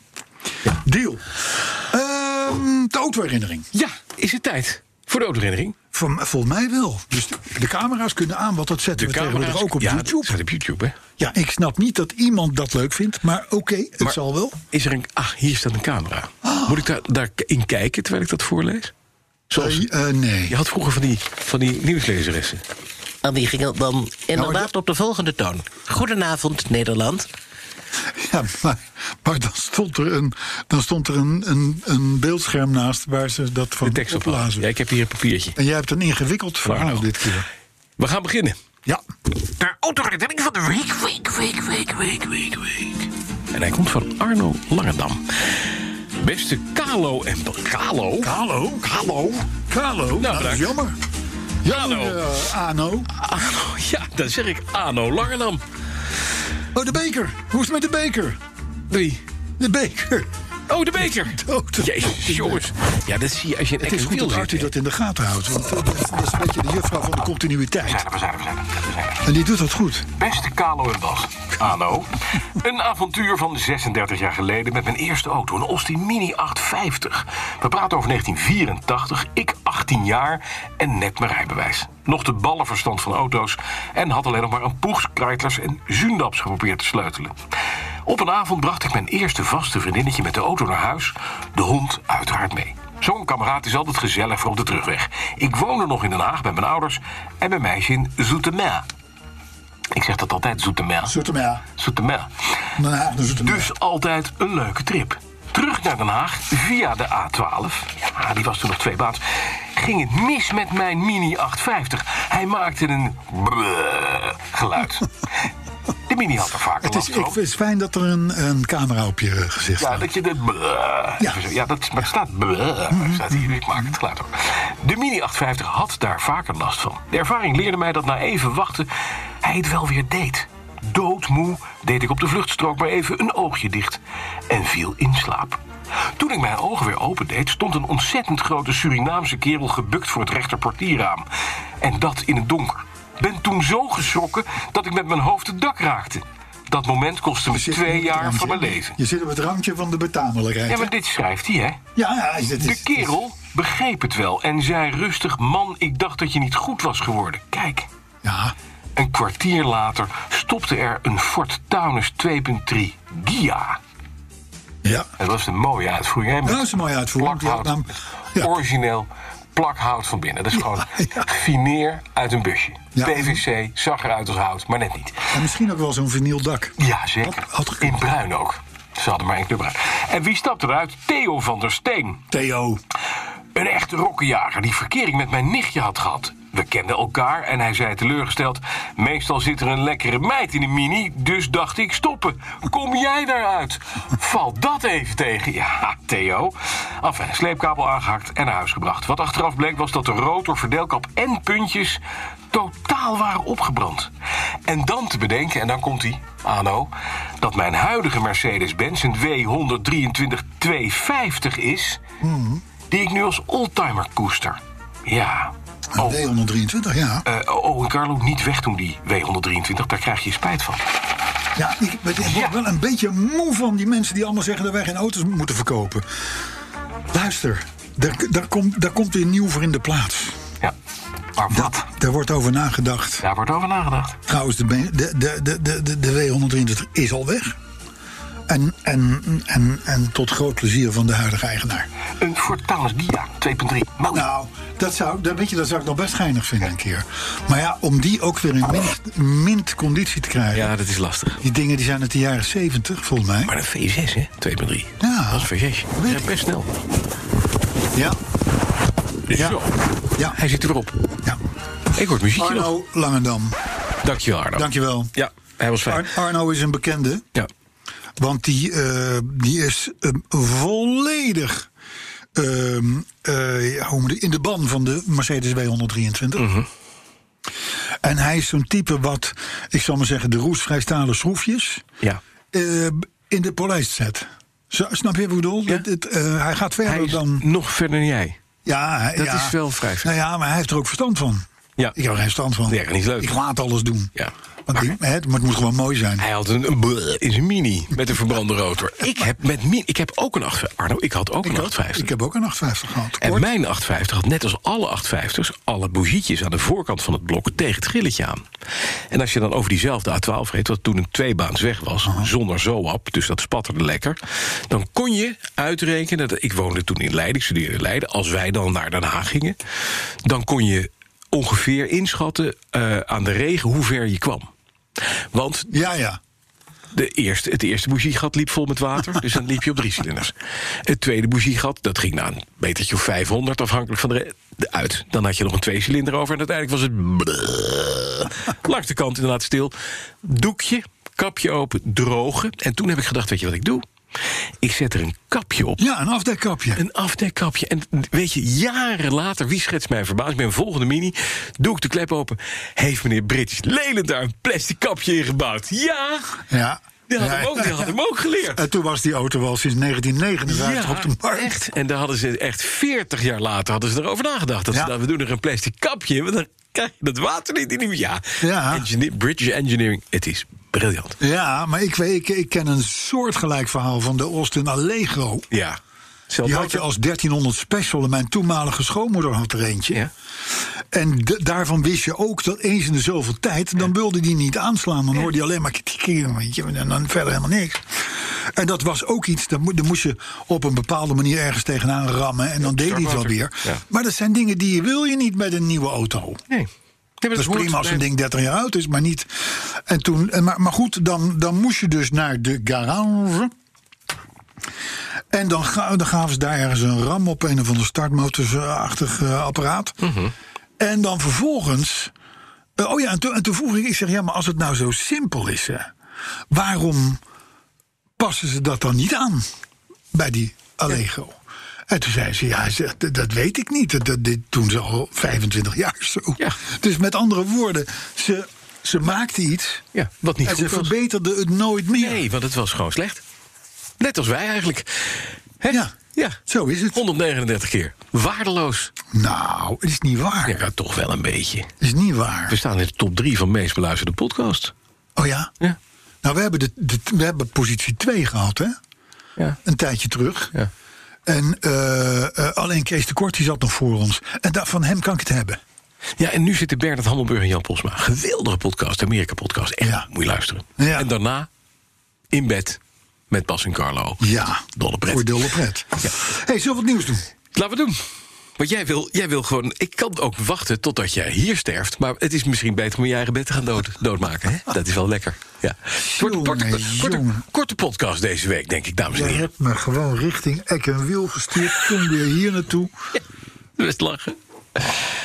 Speaker 2: Deal. Ehm, de autoherinnering.
Speaker 3: Ja, is het tijd voor de autoherinnering?
Speaker 2: Voor, voor mij wel. Dus de, de camera's kunnen aan, want dat zetten we tegenwoordig ook op
Speaker 3: ja, dat
Speaker 2: YouTube.
Speaker 3: staat op YouTube, hè?
Speaker 2: Ja, ik snap niet dat iemand dat leuk vindt, maar oké, het
Speaker 3: Maar-
Speaker 2: zal wel.
Speaker 3: Is er een. Ah, hier staat een camera.
Speaker 2: Oh.
Speaker 3: Moet ik daar, daarin kijken terwijl ik dat voorlees? Zoals.
Speaker 2: Eh, eh, nee.
Speaker 3: Je had vroeger van die, van die nieuwslezeressen.
Speaker 4: En die ging dan inderdaad
Speaker 2: dat-
Speaker 4: op de volgende toon. Goedenavond, Nederland.
Speaker 2: Ja, maar, maar dan stond er, een, dan stond er een, een, een beeldscherm naast waar ze dat
Speaker 3: De
Speaker 2: van
Speaker 3: tekst
Speaker 2: opblazen.
Speaker 3: opblazen. Ja, ik heb hier een papiertje.
Speaker 2: En jij hebt een ingewikkeld verhaal
Speaker 3: nog.
Speaker 2: dit keer.
Speaker 3: We gaan beginnen.
Speaker 2: Ja,
Speaker 3: De autoherinnering van de week, week, week, week, week, week, week. En hij komt van Arno Langendam. Beste Kalo en... Kalo?
Speaker 2: Kalo?
Speaker 3: Kalo?
Speaker 2: Carlo, nou, dat is
Speaker 3: bedankt.
Speaker 2: jammer. Ja,
Speaker 3: Hallo.
Speaker 2: eh, Ano.
Speaker 3: Arno, ja, dan zeg ik Arno Langendam.
Speaker 2: Oh, de beker. Hoe is het met de beker?
Speaker 3: Drie.
Speaker 2: De beker.
Speaker 5: Oh, de beker.
Speaker 2: Dood.
Speaker 5: Jezus, jongens. Ja, dat zie je als je een
Speaker 2: Het is
Speaker 5: ex
Speaker 2: goed
Speaker 5: wiel
Speaker 2: dat
Speaker 5: zit.
Speaker 2: Arthur
Speaker 5: hè.
Speaker 2: dat in de gaten houdt. Want eh, dat is, dat is een beetje de juffrouw van de continuïteit. En die doet dat goed.
Speaker 3: Beste Kalo en Bas. Ano. Een avontuur van 36 jaar geleden met mijn eerste auto. Een Austin Mini 850. We praten over 1984. Ik 18 jaar en net mijn rijbewijs. Nog de ballenverstand van auto's. En had alleen nog maar een Poegs, Kreitlers en Zundaps geprobeerd te sleutelen. Op een avond bracht ik mijn eerste vaste vriendinnetje met de auto naar huis. De hond uiteraard mee. Zo'n kameraad is altijd gezellig voor op de terugweg. Ik woonde nog in Den Haag bij mijn ouders en mijn meisje in Zoetermeer. Ik zeg dat altijd, Zoetermeer.
Speaker 2: Zoetermeer.
Speaker 3: Zoetermeer.
Speaker 2: Den Haag naar Zoetermeer.
Speaker 3: Dus altijd een leuke trip. Terug naar Den Haag via de A12. Ja, die was toen nog twee baans. Ging het mis met mijn Mini 850. Hij maakte een brrrr geluid. De Mini had er vaak
Speaker 2: het, is,
Speaker 3: last
Speaker 2: ik,
Speaker 3: van.
Speaker 2: het is fijn dat er een, een camera op je eh, gezicht
Speaker 3: Ja,
Speaker 2: staat.
Speaker 3: dat je de bleh
Speaker 2: Ja.
Speaker 3: even zo- Ja, dat, maar het staat bleh. Het staat hier, ik maak het geluid ook. De Mini 850 had daar vaker last van. De ervaring leerde mij dat na even wachten hij het wel weer deed. Doodmoe deed ik op de vluchtstrook maar even een oogje dicht en viel in slaap. Toen ik mijn ogen weer opendeed, stond een ontzettend grote Surinaamse kerel gebukt voor het rechterportierraam. En dat in het donker. Ben toen zo geschrokken dat ik met mijn hoofd het dak raakte. Dat moment kostte me
Speaker 2: Je zit
Speaker 3: twee
Speaker 2: op het
Speaker 3: jaar
Speaker 2: randje.
Speaker 3: van mijn leven.
Speaker 2: Je zit op het randje van de betamelijkheid.
Speaker 3: Ja, maar dit schrijft hij, hè?
Speaker 2: ja, ja, is- dit is-
Speaker 3: De kerel begreep het wel en zei rustig... Man, ik dacht dat je niet goed was geworden. Kijk,
Speaker 2: Ja,
Speaker 3: een kwartier later stopte er een Ford Taunus 2.3 Gia.
Speaker 2: ja.
Speaker 3: Dat was een mooie uitvoering, hè? Met
Speaker 2: Ja, dat is een mooie uitvoering. Die had
Speaker 3: Plakhout,
Speaker 2: naam- Ja.
Speaker 3: origineel plakhout van binnen. Dat is gewoon
Speaker 2: ja.
Speaker 3: fineer uit een busje.
Speaker 2: Ja.
Speaker 3: PVC, zag eruit als hout, maar net niet.
Speaker 2: En misschien ook wel zo'n vinyl dak.
Speaker 3: Ja, zeker.
Speaker 2: Had- had gekund.
Speaker 3: In bruin ook. Ze hadden maar één kleur bruin. En wie stapt eruit? Theo van der Steen.
Speaker 2: Theo.
Speaker 3: Een echte rokkenjager die verkering met mijn nichtje had gehad. We kenden elkaar en hij zei teleurgesteld... meestal zit er een lekkere meid in de mini, dus dacht ik stoppen. Kom jij daaruit? Valt dat even tegen? Ja, Theo. Enfin, sleepkabel aangehakt en naar huis gebracht. Wat achteraf bleek was dat de rotor, verdeelkap en puntjes... totaal waren opgebrand. En dan te bedenken, en dan komt hij, Ano... dat mijn huidige Mercedes-Benz een W123 250 is die ik nu als oldtimer koester. Ja. Oh,
Speaker 2: D123, ja.
Speaker 3: eh, oh, en Carlo, niet wegdoen die W123, daar krijg je spijt van.
Speaker 2: Ja, ik ben ik word
Speaker 3: Ja.
Speaker 2: wel een beetje moe van die mensen die allemaal zeggen dat wij geen auto's moeten verkopen. Luister, daar, daar, komt, daar komt weer nieuw voor in de plaats.
Speaker 3: Ja. Maar wat?
Speaker 2: Daar wordt over nagedacht.
Speaker 3: Daar wordt over nagedacht.
Speaker 2: Trouwens, de, ben- de, de, de, de, de, W123 is al weg. En, en, en, en tot groot plezier van de huidige eigenaar.
Speaker 3: Een Ford Taunus Dia 2.3. Mooi.
Speaker 2: Nou, dat zou, dat, weet je, dat zou ik nog best geinig vinden een keer. Maar ja, om die ook weer in mint, mint conditie te krijgen.
Speaker 5: Ja, dat is lastig.
Speaker 2: Die dingen die zijn uit de jaren 70, volgens mij.
Speaker 5: Maar een V6, hè? 2x3.
Speaker 2: Ja.
Speaker 5: Dat is een V6.
Speaker 2: Weet
Speaker 5: Ja,
Speaker 2: ik.
Speaker 5: best snel.
Speaker 2: Ja, Ja.
Speaker 5: Zo.
Speaker 2: Ja.
Speaker 5: Hij zit erop.
Speaker 2: ja.
Speaker 5: Ik hoor het muziekje nog.
Speaker 2: Arno Langendam,
Speaker 5: Dankjewel, Arno.
Speaker 2: dankjewel.
Speaker 5: Ja, hij was fijn.
Speaker 2: Ar- Arno is een bekende,
Speaker 5: Ja.
Speaker 2: want die, eh, die is eh, volledig ehm, eh, ja, hoe moet ik- in de ban van de Mercedes W123.
Speaker 5: Mhm.
Speaker 2: En hij is zo'n type wat, ik zal maar zeggen, de roestvrijstalen schroefjes
Speaker 5: ja.
Speaker 2: eh, in de polijst zet. Zo- snap je wat ik bedoel? Het- het, eh, hij gaat verder
Speaker 5: Hij is
Speaker 2: dan...
Speaker 5: nog verder dan jij.
Speaker 2: Ja, hij-
Speaker 5: Dat
Speaker 2: ja.
Speaker 5: is wel vrij ver.
Speaker 2: Nou ja, maar hij heeft er ook verstand van.
Speaker 5: Ja.
Speaker 2: Ik heb er geen verstand van.
Speaker 5: Ja, dat is leuk.
Speaker 2: Ik laat alles doen.
Speaker 5: Ja.
Speaker 2: Want ik- hè, maar het moet gewoon mooi zijn.
Speaker 5: Hij had een, een bleh in zijn mini met een verbrande rotor. Ik heb, met min, ik heb ook een 850. Arno, ik had ook een
Speaker 2: ik, ook.
Speaker 5: 850.
Speaker 2: ik heb ook een 850 gehad.
Speaker 5: En
Speaker 2: Kort.
Speaker 5: mijn 850 had net als alle 850's alle bougietjes aan de voorkant van het blok tegen het grilletje aan. En als je dan over diezelfde A12 reed, wat toen een tweebaans weg was, zonder zoap, dus dat spatterde lekker, dan kon je uitrekenen, dat ik woonde toen in Leiden, ik studeerde in Leiden, als wij dan naar Den Haag gingen, dan kon je ongeveer inschatten eh, aan de regen hoe ver je kwam. Want
Speaker 2: Ja, ja.
Speaker 5: de eerste, het eerste bougiegat liep vol met water, dus dan liep je op drie cilinders. Het tweede bougiegat, dat ging na een metertje of 500, afhankelijk van de, re- de uit. Dan had je nog een twee cilinder over en uiteindelijk was het... brrrr. Langs de kant inderdaad stil. Doekje, kapje open, drogen. En toen heb ik gedacht, weet je wat ik doe? Ik zet er een kapje op.
Speaker 2: Ja, een afdekkapje.
Speaker 5: Een afdekkapje. En weet je, jaren later, wie schetst mijn verbazing? Bij een volgende mini doe ik de klep open. Heeft meneer British Leland daar een plastic kapje in gebouwd? Ja!
Speaker 2: Ja.
Speaker 5: Die had, hem
Speaker 2: Nee.
Speaker 5: ook, die had hem ook geleerd.
Speaker 2: En toen was die auto al sinds 1959 op de markt.
Speaker 5: echt. En daar hadden ze echt 40 jaar later hadden ze erover nagedacht. Dat ze
Speaker 2: Ja.
Speaker 5: dachten, we doen er een plastic kapje in, want dan krijg je dat water niet in. die- Ja,
Speaker 2: Ja.
Speaker 5: Engineer, British Engineering, het is briljant.
Speaker 2: Ja, maar ik, weet- ik, ik ken een soortgelijk verhaal van de Austin Allegro.
Speaker 5: Ja.
Speaker 2: Die had je als 1300 special en mijn toenmalige schoonmoeder had er eentje.
Speaker 5: Ja.
Speaker 2: En d- daarvan wist je ook dat eens in de zoveel tijd, dan wilde die niet aanslaan. Dan hoorde je alleen maar kritiek weet je, en dan verder helemaal niks. En dat was ook iets, dan mo- dan moest je op een bepaalde manier ergens tegenaan rammen. En dan deed hij het wel weer.
Speaker 5: Ja.
Speaker 2: Maar dat zijn dingen die wil je niet met een nieuwe auto.
Speaker 5: Nee.
Speaker 2: Dat is prima als een ding 30 jaar oud is, maar niet. En toen, en maar, maar goed, dan, dan moest je dus naar de garage. En dan, ga- dan gaven ze daar ergens een ram op, een of ander startmotorsachtig eh, apparaat. En dan vervolgens. eh, oh ja, en toen, en toen vroeg ik, ik zeg ja, maar als het nou zo simpel is, hè, waarom passen ze dat dan niet aan bij die Allego? En toen zei ze, ja, hij zegt, dat- dat weet ik niet. Dat, dat- dit doen ze al 25 jaar zo.
Speaker 5: Ja.
Speaker 2: Dus met andere woorden, ze, ze maakte iets
Speaker 5: Ja, wat niet
Speaker 2: en ze
Speaker 5: goed was.
Speaker 2: verbeterden het nooit meer.
Speaker 5: Nee, want het was gewoon slecht. Net als wij eigenlijk. Hè?
Speaker 2: Ja.
Speaker 5: ja.
Speaker 2: Zo is het.
Speaker 5: 139 keer. Waardeloos.
Speaker 2: Nou, het is niet waar.
Speaker 5: Ja, toch wel een beetje.
Speaker 2: Het is niet
Speaker 5: We
Speaker 2: waar.
Speaker 5: staan in de top 3 van meest beluisterde podcast.
Speaker 2: Oh ja?
Speaker 5: Ja.
Speaker 2: Nou, we hebben, de, de- we hebben positie 2 gehad, hè?
Speaker 5: Ja.
Speaker 2: Een tijdje terug.
Speaker 5: Ja.
Speaker 2: En eh, eh, alleen Kees de Kort die zat nog voor ons. En daar, van hem kan ik het hebben.
Speaker 5: Ja, en nu zitten Bernard Hammelburg en Jan Posma. Geweldige podcast, Amerika-podcast. Echt,
Speaker 2: Ja.
Speaker 5: moet je luisteren.
Speaker 2: Ja.
Speaker 5: En daarna in bed met Bas en Carlo.
Speaker 2: Ja.
Speaker 5: Dolle pret.
Speaker 2: Voor dolle pret. hey, zullen we wat nieuws doen?
Speaker 5: Laten we doen. Want jij wil, jij wil gewoon... Ik kan ook wachten totdat jij hier sterft. Maar het is misschien beter om je eigen bed te gaan dood, doodmaken. Hè? Dat is wel lekker. Ja. Korte, korte,
Speaker 2: Ah. Jongen,
Speaker 5: korte-
Speaker 2: jongen.
Speaker 5: korte podcast deze week, denk ik, dames en
Speaker 2: Je
Speaker 5: heren.
Speaker 2: hebt me gewoon richting Eck en Wiel gestuurd. Toen weer hier naartoe.
Speaker 5: Best lachen.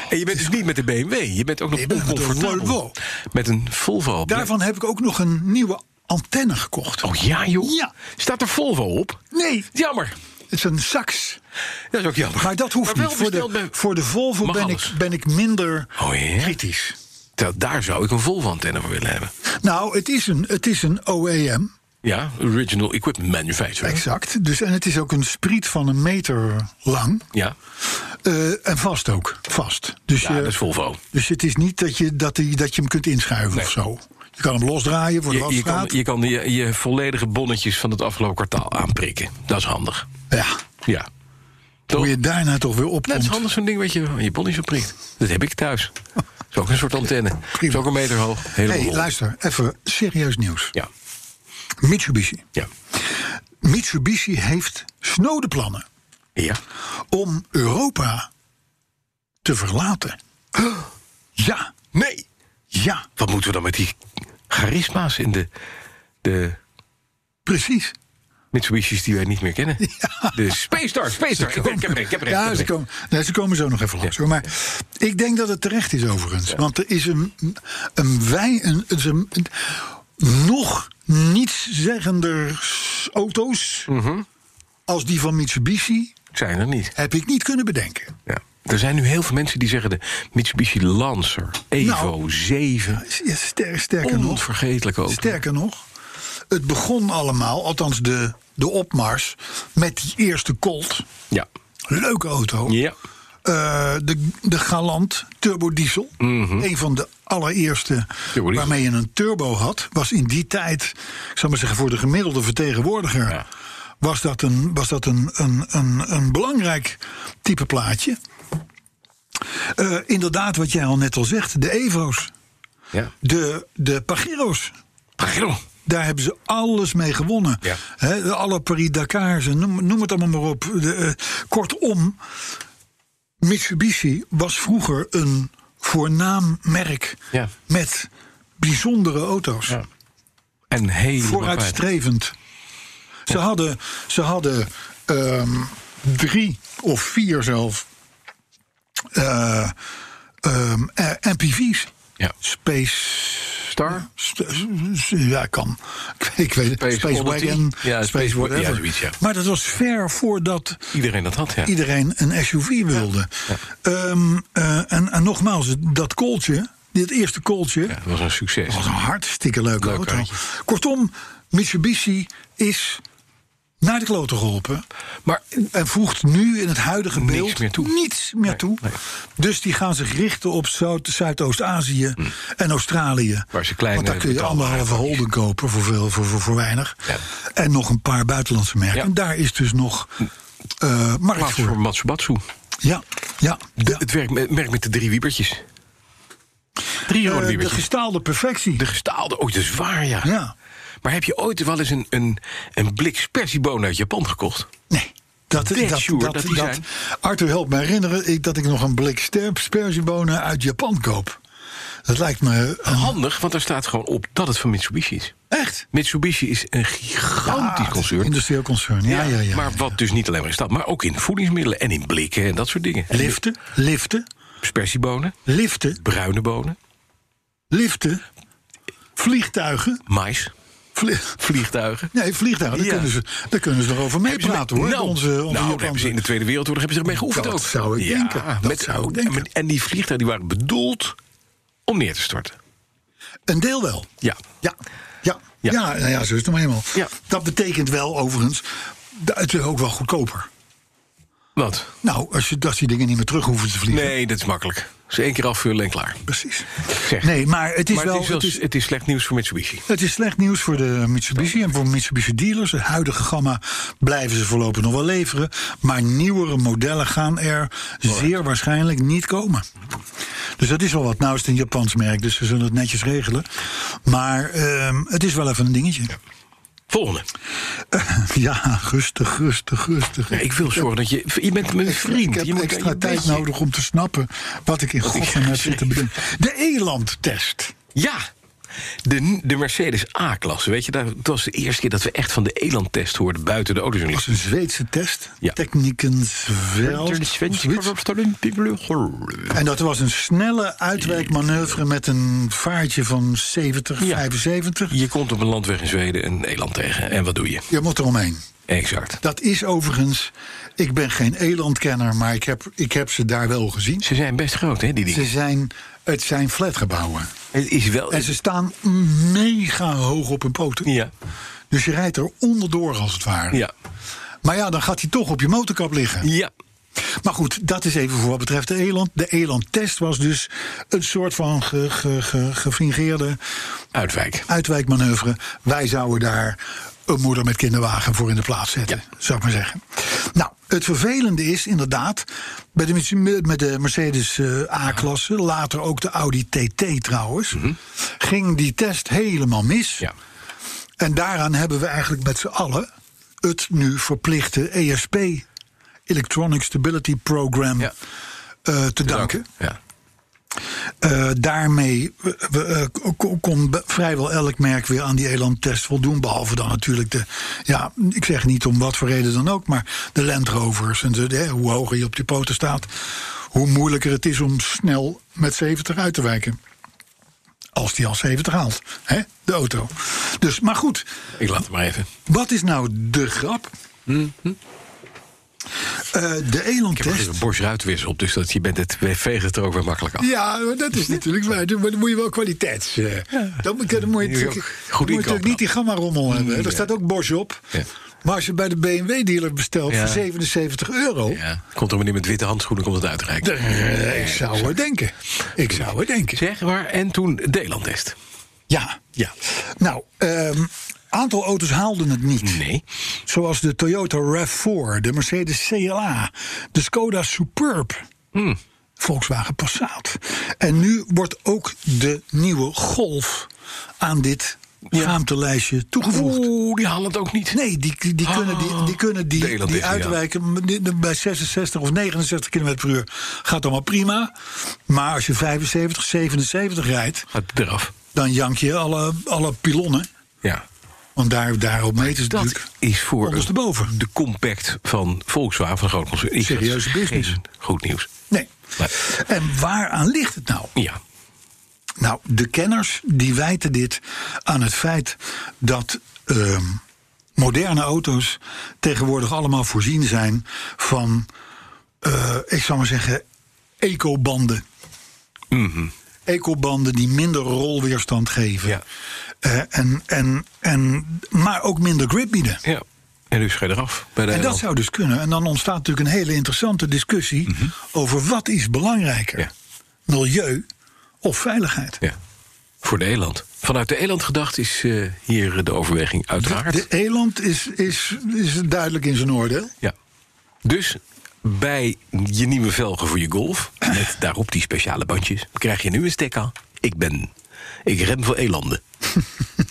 Speaker 5: En je bent dus niet met de BMW. Je bent ook nog
Speaker 2: Nee, ik ben met een
Speaker 5: oncomfortabel.
Speaker 2: Volvo.
Speaker 5: Met een Volvo.
Speaker 2: Daarvan heb ik ook nog een nieuwe antenne gekocht.
Speaker 5: Oh ja, joh.
Speaker 2: Ja.
Speaker 5: Staat er Volvo op?
Speaker 2: Nee,
Speaker 5: Jammer.
Speaker 2: het is een sax.
Speaker 5: Dat is ook jammer.
Speaker 2: Maar dat hoeft
Speaker 5: wel
Speaker 2: niet. Voor
Speaker 5: besteld
Speaker 2: de,
Speaker 5: bij-
Speaker 2: voor de Volvo
Speaker 5: Mag
Speaker 2: ben
Speaker 5: alles.
Speaker 2: ik, ben ik minder
Speaker 5: Oh ja?
Speaker 2: kritisch.
Speaker 5: Da- daar zou ik een Volvo-antenne voor willen hebben.
Speaker 2: Nou, het is een, het is een E OEM,
Speaker 5: Ja, Original Equipment Manufacturer.
Speaker 2: exact. Dus, en het is ook een spriet van een meter lang.
Speaker 5: Ja,
Speaker 2: Eh, en vast ook, vast. Dus,
Speaker 5: ja
Speaker 2: je,
Speaker 5: dat is Volvo.
Speaker 2: dus het is niet dat je, dat, die, dat je hem kunt inschuiven
Speaker 5: Nee.
Speaker 2: of zo. Je kan hem losdraaien voor de
Speaker 5: Je, je kan,
Speaker 2: wasstraat.
Speaker 5: je, kan je, je volledige bonnetjes van het afgelopen kwartaal aanprikken. Dat is handig.
Speaker 2: Ja,
Speaker 5: Ja. Toch?
Speaker 2: hoe je daarna toch weer
Speaker 5: Dat is
Speaker 2: opkomt.
Speaker 5: handig zo'n ding wat je aan je bonnetje zo prikt. Dat heb ik thuis. Dat is ook een soort antenne. Dat is ook een meter hoog. Helemaal
Speaker 2: hey,
Speaker 5: rond.
Speaker 2: luister, even serieus nieuws.
Speaker 5: Ja.
Speaker 2: Mitsubishi.
Speaker 5: Ja.
Speaker 2: Mitsubishi heeft snode plannen
Speaker 5: Ja.
Speaker 2: om Europa te verlaten. Ja,
Speaker 5: Nee!
Speaker 2: ja,
Speaker 5: Wat moeten we dan met die charisma's in de, de
Speaker 2: precies.
Speaker 5: Mitsubishi's die wij niet meer kennen? De Space Star, Space Star. Ik, ik heb er een, ik heb er een, ik
Speaker 2: Ja, ze
Speaker 5: heb er een.
Speaker 2: komen, nee, ze komen zo nog even langs. hoor. Maar ik denk dat het terecht is overigens. Want er is een, een wij... Een, een, een- een- nog nietszeggender auto's...
Speaker 5: Mhm.
Speaker 2: als die van Mitsubishi
Speaker 5: Zijn er niet.
Speaker 2: heb ik niet kunnen bedenken.
Speaker 5: Ja. Er zijn nu heel veel mensen die zeggen de Mitsubishi Lancer, Evo
Speaker 2: Nou.
Speaker 5: 7.
Speaker 2: Ja, ster- sterker nog...
Speaker 5: Onvergetelijk ook.
Speaker 2: Sterker nog, het begon allemaal, althans de, de opmars... met die eerste Colt.
Speaker 5: Ja.
Speaker 2: Leuke auto.
Speaker 5: Ja.
Speaker 2: Eh, de, de Galant turbodiesel. Een van de allereerste
Speaker 5: Turbodiesel.
Speaker 2: waarmee je een turbo had. Was in die tijd, ik zal maar zeggen, voor de gemiddelde vertegenwoordiger...
Speaker 5: Ja.
Speaker 2: was dat, een, was dat een, een, een, een belangrijk type plaatje. Eh, inderdaad, wat jij al net al zegt, de Evo's,
Speaker 5: Ja.
Speaker 2: de, de Pagiro's...
Speaker 5: Pagero.
Speaker 2: Daar hebben ze alles mee gewonnen.
Speaker 5: Ja.
Speaker 2: Hè, de alle Paris-Dakars, en noem, noem het allemaal maar op. De, eh, kortom, Mitsubishi was vroeger een voornaam merk
Speaker 5: Ja.
Speaker 2: met bijzondere auto's.
Speaker 5: Ja. En helemaal kwijt.
Speaker 2: Vooruitstrevend. Ze hadden, ze hadden ehm, drie of vier zelf eh, ehm, eh, MPV's.
Speaker 5: Ja.
Speaker 2: Space
Speaker 5: Star?
Speaker 2: St- s- Ja, kan. Ik, ik weet het.
Speaker 5: Space
Speaker 2: Space,
Speaker 5: Oddity.
Speaker 2: Wagon,
Speaker 5: Ja, Space
Speaker 2: Space
Speaker 5: Wa- ja,
Speaker 2: whatever.
Speaker 5: zoiets, ja.
Speaker 2: Maar dat was ver voordat
Speaker 5: Iedereen dat had, ja.
Speaker 2: iedereen een SUV wilde. Ehm, eh, en, en nogmaals, dat kooltje, dit eerste kooltje...
Speaker 5: Ja, dat was een succes.
Speaker 2: was een hartstikke leuke
Speaker 5: Leuk
Speaker 2: auto.
Speaker 5: karretje.
Speaker 2: Kortom, Mitsubishi is naar de kloten geholpen.
Speaker 5: Maar
Speaker 2: En voegt nu in het huidige
Speaker 5: Niks
Speaker 2: beeld
Speaker 5: meer toe.
Speaker 2: niets meer
Speaker 5: Nee,
Speaker 2: toe.
Speaker 5: nee.
Speaker 2: Dus die gaan zich richten op Zuid- Zuidoost-Azië en Australië.
Speaker 5: Hm. Waar ze kleine
Speaker 2: Want daar kun je
Speaker 5: betaalbare
Speaker 2: anderhalve
Speaker 5: pakjes.
Speaker 2: holden kopen voor, veel, voor, voor, voor weinig.
Speaker 5: Ja.
Speaker 2: En nog een paar buitenlandse merken.
Speaker 5: Ja.
Speaker 2: En daar is dus nog eh markt
Speaker 5: plaats
Speaker 2: voor.
Speaker 5: voor Matsubatsu.
Speaker 2: Ja, ja.
Speaker 5: De-
Speaker 2: ja.
Speaker 5: Het werk, met- merk met de drie wiebertjes. Drie rode
Speaker 2: Eh, de
Speaker 5: wiebertjes.
Speaker 2: gestaalde perfectie.
Speaker 5: De gestaalde, oh, dat is waar, ja.
Speaker 2: Ja.
Speaker 5: Maar heb je ooit wel eens een, een, een blik spersiebonen uit Japan gekocht?
Speaker 2: Nee. Dat,
Speaker 5: Dead sure dat die zijn.
Speaker 2: Arthur helpt me herinneren ik, dat ik nog een blik ster- sperziebonen uit Japan koop. Dat lijkt me een
Speaker 5: Handig, want daar staat gewoon op dat het van Mitsubishi is.
Speaker 2: Echt?
Speaker 5: Mitsubishi is een gigantisch
Speaker 2: Ah,
Speaker 5: concern.
Speaker 2: Industrieel concern, ja, ja, ja. ja.
Speaker 5: maar wat dus niet alleen maar in stad, maar ook in voedingsmiddelen en in blikken en dat soort dingen. En
Speaker 2: Liften, liften,
Speaker 5: Spersiebonen,
Speaker 2: liften,
Speaker 5: bruine bonen,
Speaker 2: liften. Vliegtuigen.
Speaker 5: mais,
Speaker 2: Vlie-
Speaker 5: vliegtuigen.
Speaker 2: nee, vliegtuigen, daar,
Speaker 5: Ja.
Speaker 2: kunnen ze, daar kunnen ze nog over meepraten hoor.
Speaker 5: Nou,
Speaker 2: onze, onze
Speaker 5: nou daar
Speaker 2: Japanse-
Speaker 5: hebben ze in de Tweede Wereldoorlog hebben ze ermee geoefend
Speaker 2: Dat
Speaker 5: ook.
Speaker 2: zou ik
Speaker 5: Ja,
Speaker 2: denken, dat
Speaker 5: met-
Speaker 2: zou ik
Speaker 5: en-
Speaker 2: denken.
Speaker 5: En die vliegtuigen die waren bedoeld om neer te storten.
Speaker 2: Een deel wel.
Speaker 5: Ja.
Speaker 2: Ja, ja, ja.
Speaker 5: Ja.
Speaker 2: nou ja, zo is het nog eenmaal.
Speaker 5: Ja.
Speaker 2: Dat betekent wel overigens, da- het is ook wel goedkoper.
Speaker 5: Wat?
Speaker 2: Nou, als, je, als die dingen niet meer terug hoeven te vliegen.
Speaker 5: Nee, dat is makkelijk. Dus één keer afvullen en klaar.
Speaker 2: Precies.
Speaker 5: Zeg.
Speaker 2: Nee, maar het is
Speaker 5: maar
Speaker 2: wel...
Speaker 5: het, is wel- het is slecht nieuws voor Mitsubishi.
Speaker 2: Het is slecht nieuws voor de Mitsubishi en voor Mitsubishi dealers. Het huidige gamma blijven ze voorlopig nog wel leveren. Maar nieuwere modellen gaan er zeer waarschijnlijk niet komen. Dus dat is wel wat. Nou is het een Japans merk, dus ze zullen het netjes regelen. Maar ehm, het is wel even een dingetje.
Speaker 5: Volgende.
Speaker 2: Ja, rustig, rustig, rustig.
Speaker 5: Nee, ik wil zorgen dat je... Je bent mijn vriend.
Speaker 2: Ik heb
Speaker 5: je moet
Speaker 2: extra
Speaker 5: je
Speaker 2: tijd
Speaker 5: beetje-
Speaker 2: nodig om te snappen wat ik in godsnaam heb zitten bedenken. De Eland-test.
Speaker 5: Ja. De, de Mercedes A-klasse, weet je, daar- dat was de eerste keer dat we echt van de Eland-test hoorden buiten de
Speaker 2: Dat is
Speaker 5: auto's.
Speaker 2: een Zweedse test.
Speaker 5: Ja.
Speaker 2: Technikensveld. Zoiets. En dat was een snelle uitwijkmanoeuvre met een vaartje van 70,
Speaker 5: Ja.
Speaker 2: 75.
Speaker 5: Je komt op een landweg in Zweden een eland tegen. En wat doe je?
Speaker 2: Je moet eromheen.
Speaker 5: Exact.
Speaker 2: Dat is overigens, ik ben geen elandkenner, maar ik heb, ik heb ze daar wel gezien.
Speaker 5: Ze zijn best groot, hè, die
Speaker 2: Ze
Speaker 5: dingen.
Speaker 2: zijn, het zijn flatgebouwen.
Speaker 5: Het is wel...
Speaker 2: En ze staan mega hoog op hun poten.
Speaker 5: Ja,
Speaker 2: Dus je rijdt er onderdoor als het ware.
Speaker 5: ja,
Speaker 2: Maar ja, dan gaat hij toch op je motorkap liggen.
Speaker 5: ja.
Speaker 2: Maar goed, dat is even voor wat betreft de eland. De elandtest was dus een soort van ge, ge, ge- gefringeerde
Speaker 5: Uitwijk.
Speaker 2: uitwijkmanoeuvre. Wij zouden daar een moeder met kinderwagen voor in de plaats zetten, zou ik maar zeggen. Nou, het vervelende is inderdaad, bij de, Mitsu- met de Mercedes eh, A-klasse, later ook de Audi TT trouwens, ging die test helemaal mis.
Speaker 5: Mhm. Ja.
Speaker 2: En daaraan hebben we eigenlijk met z'n allen het nu verplichte ESP, Electronic Stability Program,
Speaker 5: Ja.
Speaker 2: eh, te danken.
Speaker 5: Ja.
Speaker 2: Eh, daarmee eh, we, eh, ko- kon be- vrijwel elk merk weer aan die E Elan-test voldoen. Behalve dan natuurlijk de, ja, ik zeg niet om wat voor reden dan ook, maar de Land Rovers. En de, de- hoe hoger je op je poten staat, hoe moeilijker het is om snel met 70 uit te wijken. Als die al 70 haalt, hè? de auto. Dus, maar goed,
Speaker 5: Ik laat het maar even.
Speaker 2: wat is nou de grap? Eh, de
Speaker 5: Ik heb er
Speaker 2: Elan-test.
Speaker 5: een borstruitwissel op, dus dat, je bent het, we vegen het er ook weer makkelijk af.
Speaker 2: Ja, maar dat is natuurlijk waar. Maar dan moet je wel kwaliteits. eh, Dan, moet- dan moet je,
Speaker 5: Je moet
Speaker 2: natuurlijk- dan
Speaker 5: ook goed
Speaker 2: moet je natuurlijk
Speaker 5: inkopen
Speaker 2: niet die
Speaker 5: dan.
Speaker 2: gamma-rommel hebben.
Speaker 5: Mm,
Speaker 2: Er
Speaker 5: ja.
Speaker 2: staat ook Bosch op.
Speaker 5: Ja.
Speaker 2: Maar als je bij de BMW-dealer bestelt
Speaker 5: Ja.
Speaker 2: voor 77 euro...
Speaker 5: Ja. Komt er meneer met witte handschoenen, komt het uitreiken.
Speaker 2: dan, eh, ik zou het denken. Ik zou het denken.
Speaker 5: Zeg maar, en toen de elandtest.
Speaker 2: Ja, ja. Nou, ehm aantal auto's haalden het niet.
Speaker 5: Nee.
Speaker 2: Zoals de Toyota RAV4, de Mercedes CLA, de Skoda Superb,
Speaker 5: Hmm.
Speaker 2: Volkswagen Passat. En nu wordt ook de nieuwe Golf aan dit schaamtelijstje toegevoegd.
Speaker 5: Oeh, die halen het ook niet.
Speaker 2: Nee, die, die, die kunnen die, die, kunnen die,
Speaker 5: Nederland
Speaker 2: die
Speaker 5: is die, ja.
Speaker 2: uitwijken m- die- bij 66 of 69 km per uur. Gaat allemaal prima. Maar als je 75, 77 rijdt,
Speaker 5: Gaat het eraf.
Speaker 2: dan jank je alle, alle pilonnen.
Speaker 5: Ja.
Speaker 2: Want daar, daarop meten ze
Speaker 5: Dat
Speaker 2: natuurlijk.
Speaker 5: is voor
Speaker 2: Ondersteboven.
Speaker 5: een- de compact van Volkswagen, van de groot concern. is dat
Speaker 2: Serieuze business.
Speaker 5: geen Goed nieuws.
Speaker 2: Nee.
Speaker 5: Nee.
Speaker 2: En waaraan ligt het nou?
Speaker 5: Ja.
Speaker 2: Nou, de kenners die wijten dit aan het feit dat ehm, moderne auto's tegenwoordig allemaal voorzien zijn van, eh, ik zou maar zeggen, ecobanden. Ecobanden die minder rolweerstand geven.
Speaker 5: Mhm. Ja.
Speaker 2: Eh, en, en, en, maar ook minder grip bieden.
Speaker 5: Ja. En dus ga je eraf bij de
Speaker 2: En dat
Speaker 5: NL.
Speaker 2: zou dus kunnen. En dan ontstaat natuurlijk een hele interessante discussie over wat is belangrijker:
Speaker 5: Mhm. Ja.
Speaker 2: milieu of veiligheid.
Speaker 5: Ja. Voor de eland. Vanuit de eland gedacht is eh, hier de overweging uiteraard.
Speaker 2: De eland is, is, is duidelijk in zijn oordeel.
Speaker 5: Ja. Dus bij je nieuwe velgen voor je golf, met daarop die speciale bandjes, krijg je nu een stek aan. Ik ben. Ik rem voor elanden.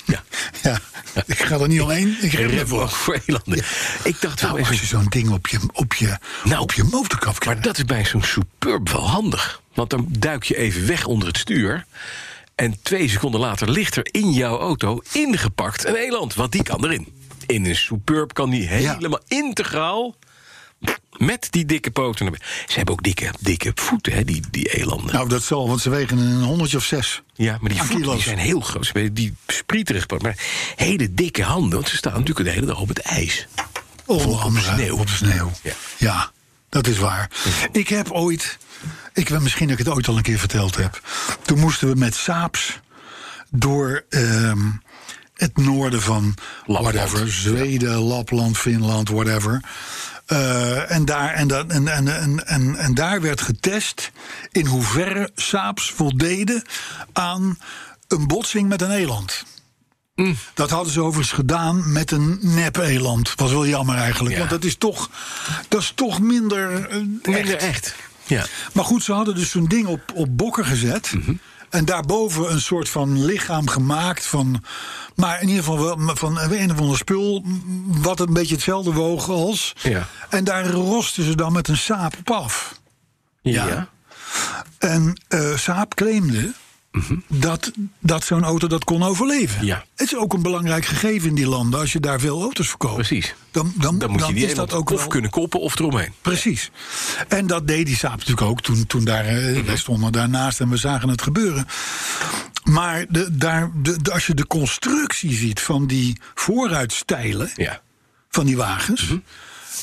Speaker 5: ja.
Speaker 2: Ja, ik ga er niet omheen. Ik
Speaker 5: Ik
Speaker 2: rem
Speaker 5: rem
Speaker 2: ervoor.
Speaker 5: ook voor elanden. Ik dacht wel
Speaker 2: Nou,
Speaker 5: even.
Speaker 2: als je zo'n ding op je, op je,
Speaker 5: Nou,
Speaker 2: op je motorkap
Speaker 5: Maar
Speaker 2: krijgt.
Speaker 5: dat is bij zo'n superb wel handig. Want dan duik je even weg onder het stuur. En twee seconden later ligt er in jouw auto ingepakt een eland. Want die kan erin. In een superb kan die helemaal integraal. Met die dikke poten. naar binnen. Ze hebben ook dikke, dikke voeten, hè, die, die elanden.
Speaker 2: Nou, dat zal, want ze wegen een honderdje of zes.
Speaker 5: ja, maar die
Speaker 2: aan
Speaker 5: voeten die
Speaker 2: kilo's.
Speaker 5: zijn heel groot. Ze hebben Die sprieterig. Maar hele dikke handen. Want ze staan natuurlijk de hele dag op het ijs.
Speaker 2: Onder andere
Speaker 5: sneeuw.
Speaker 2: Op de sneeuw.
Speaker 5: Ja.
Speaker 2: Ja. dat is waar. Ik heb ooit, ik weet misschien dat ik het ooit al een keer verteld heb. Toen moesten we met Saaps door ehm, het noorden van
Speaker 5: Lapland.
Speaker 2: whatever, Zweden, Lapland, Finland, whatever. Eh, en, daar, en, dat- en, en, en, en, en daar werd getest in hoeverre Saaps voldeden aan een botsing met een eland. Dat hadden ze overigens gedaan met een nep-eland. Was wel jammer eigenlijk.
Speaker 5: Ja.
Speaker 2: Want dat is toch, dat is toch minder, eh,
Speaker 5: Minder
Speaker 2: echt.
Speaker 5: echt. Ja.
Speaker 2: Maar goed, ze hadden dus zo'n ding op, op bokken gezet.
Speaker 5: Mhm.
Speaker 2: En daarboven een soort van lichaam gemaakt van. Maar in ieder geval wel van een of ander spul. m, Wat een beetje hetzelfde woog als.
Speaker 5: Ja.
Speaker 2: En daar rosten ze dan met een saap op af.
Speaker 5: Ja.
Speaker 2: En eh, Saab claimde dat, dat zo'n auto dat kon overleven.
Speaker 5: Mhm. Ja.
Speaker 2: Het is ook een belangrijk gegeven in die landen als je daar veel auto's verkoopt.
Speaker 5: Precies.
Speaker 2: Dan, dan,
Speaker 5: Dan moet je
Speaker 2: dan
Speaker 5: die
Speaker 2: is
Speaker 5: eland
Speaker 2: dat ook
Speaker 5: of
Speaker 2: wel...
Speaker 5: kunnen koppen of eromheen.
Speaker 2: Precies. En dat deed die Saab natuurlijk ook toen, toen daar, eh,
Speaker 5: Mhm.
Speaker 2: wij stonden daarnaast en we zagen het gebeuren. Maar de, daar, de, de- als je de constructie ziet van die vooruitstijlen
Speaker 5: Ja. Mhm.
Speaker 2: van die wagens,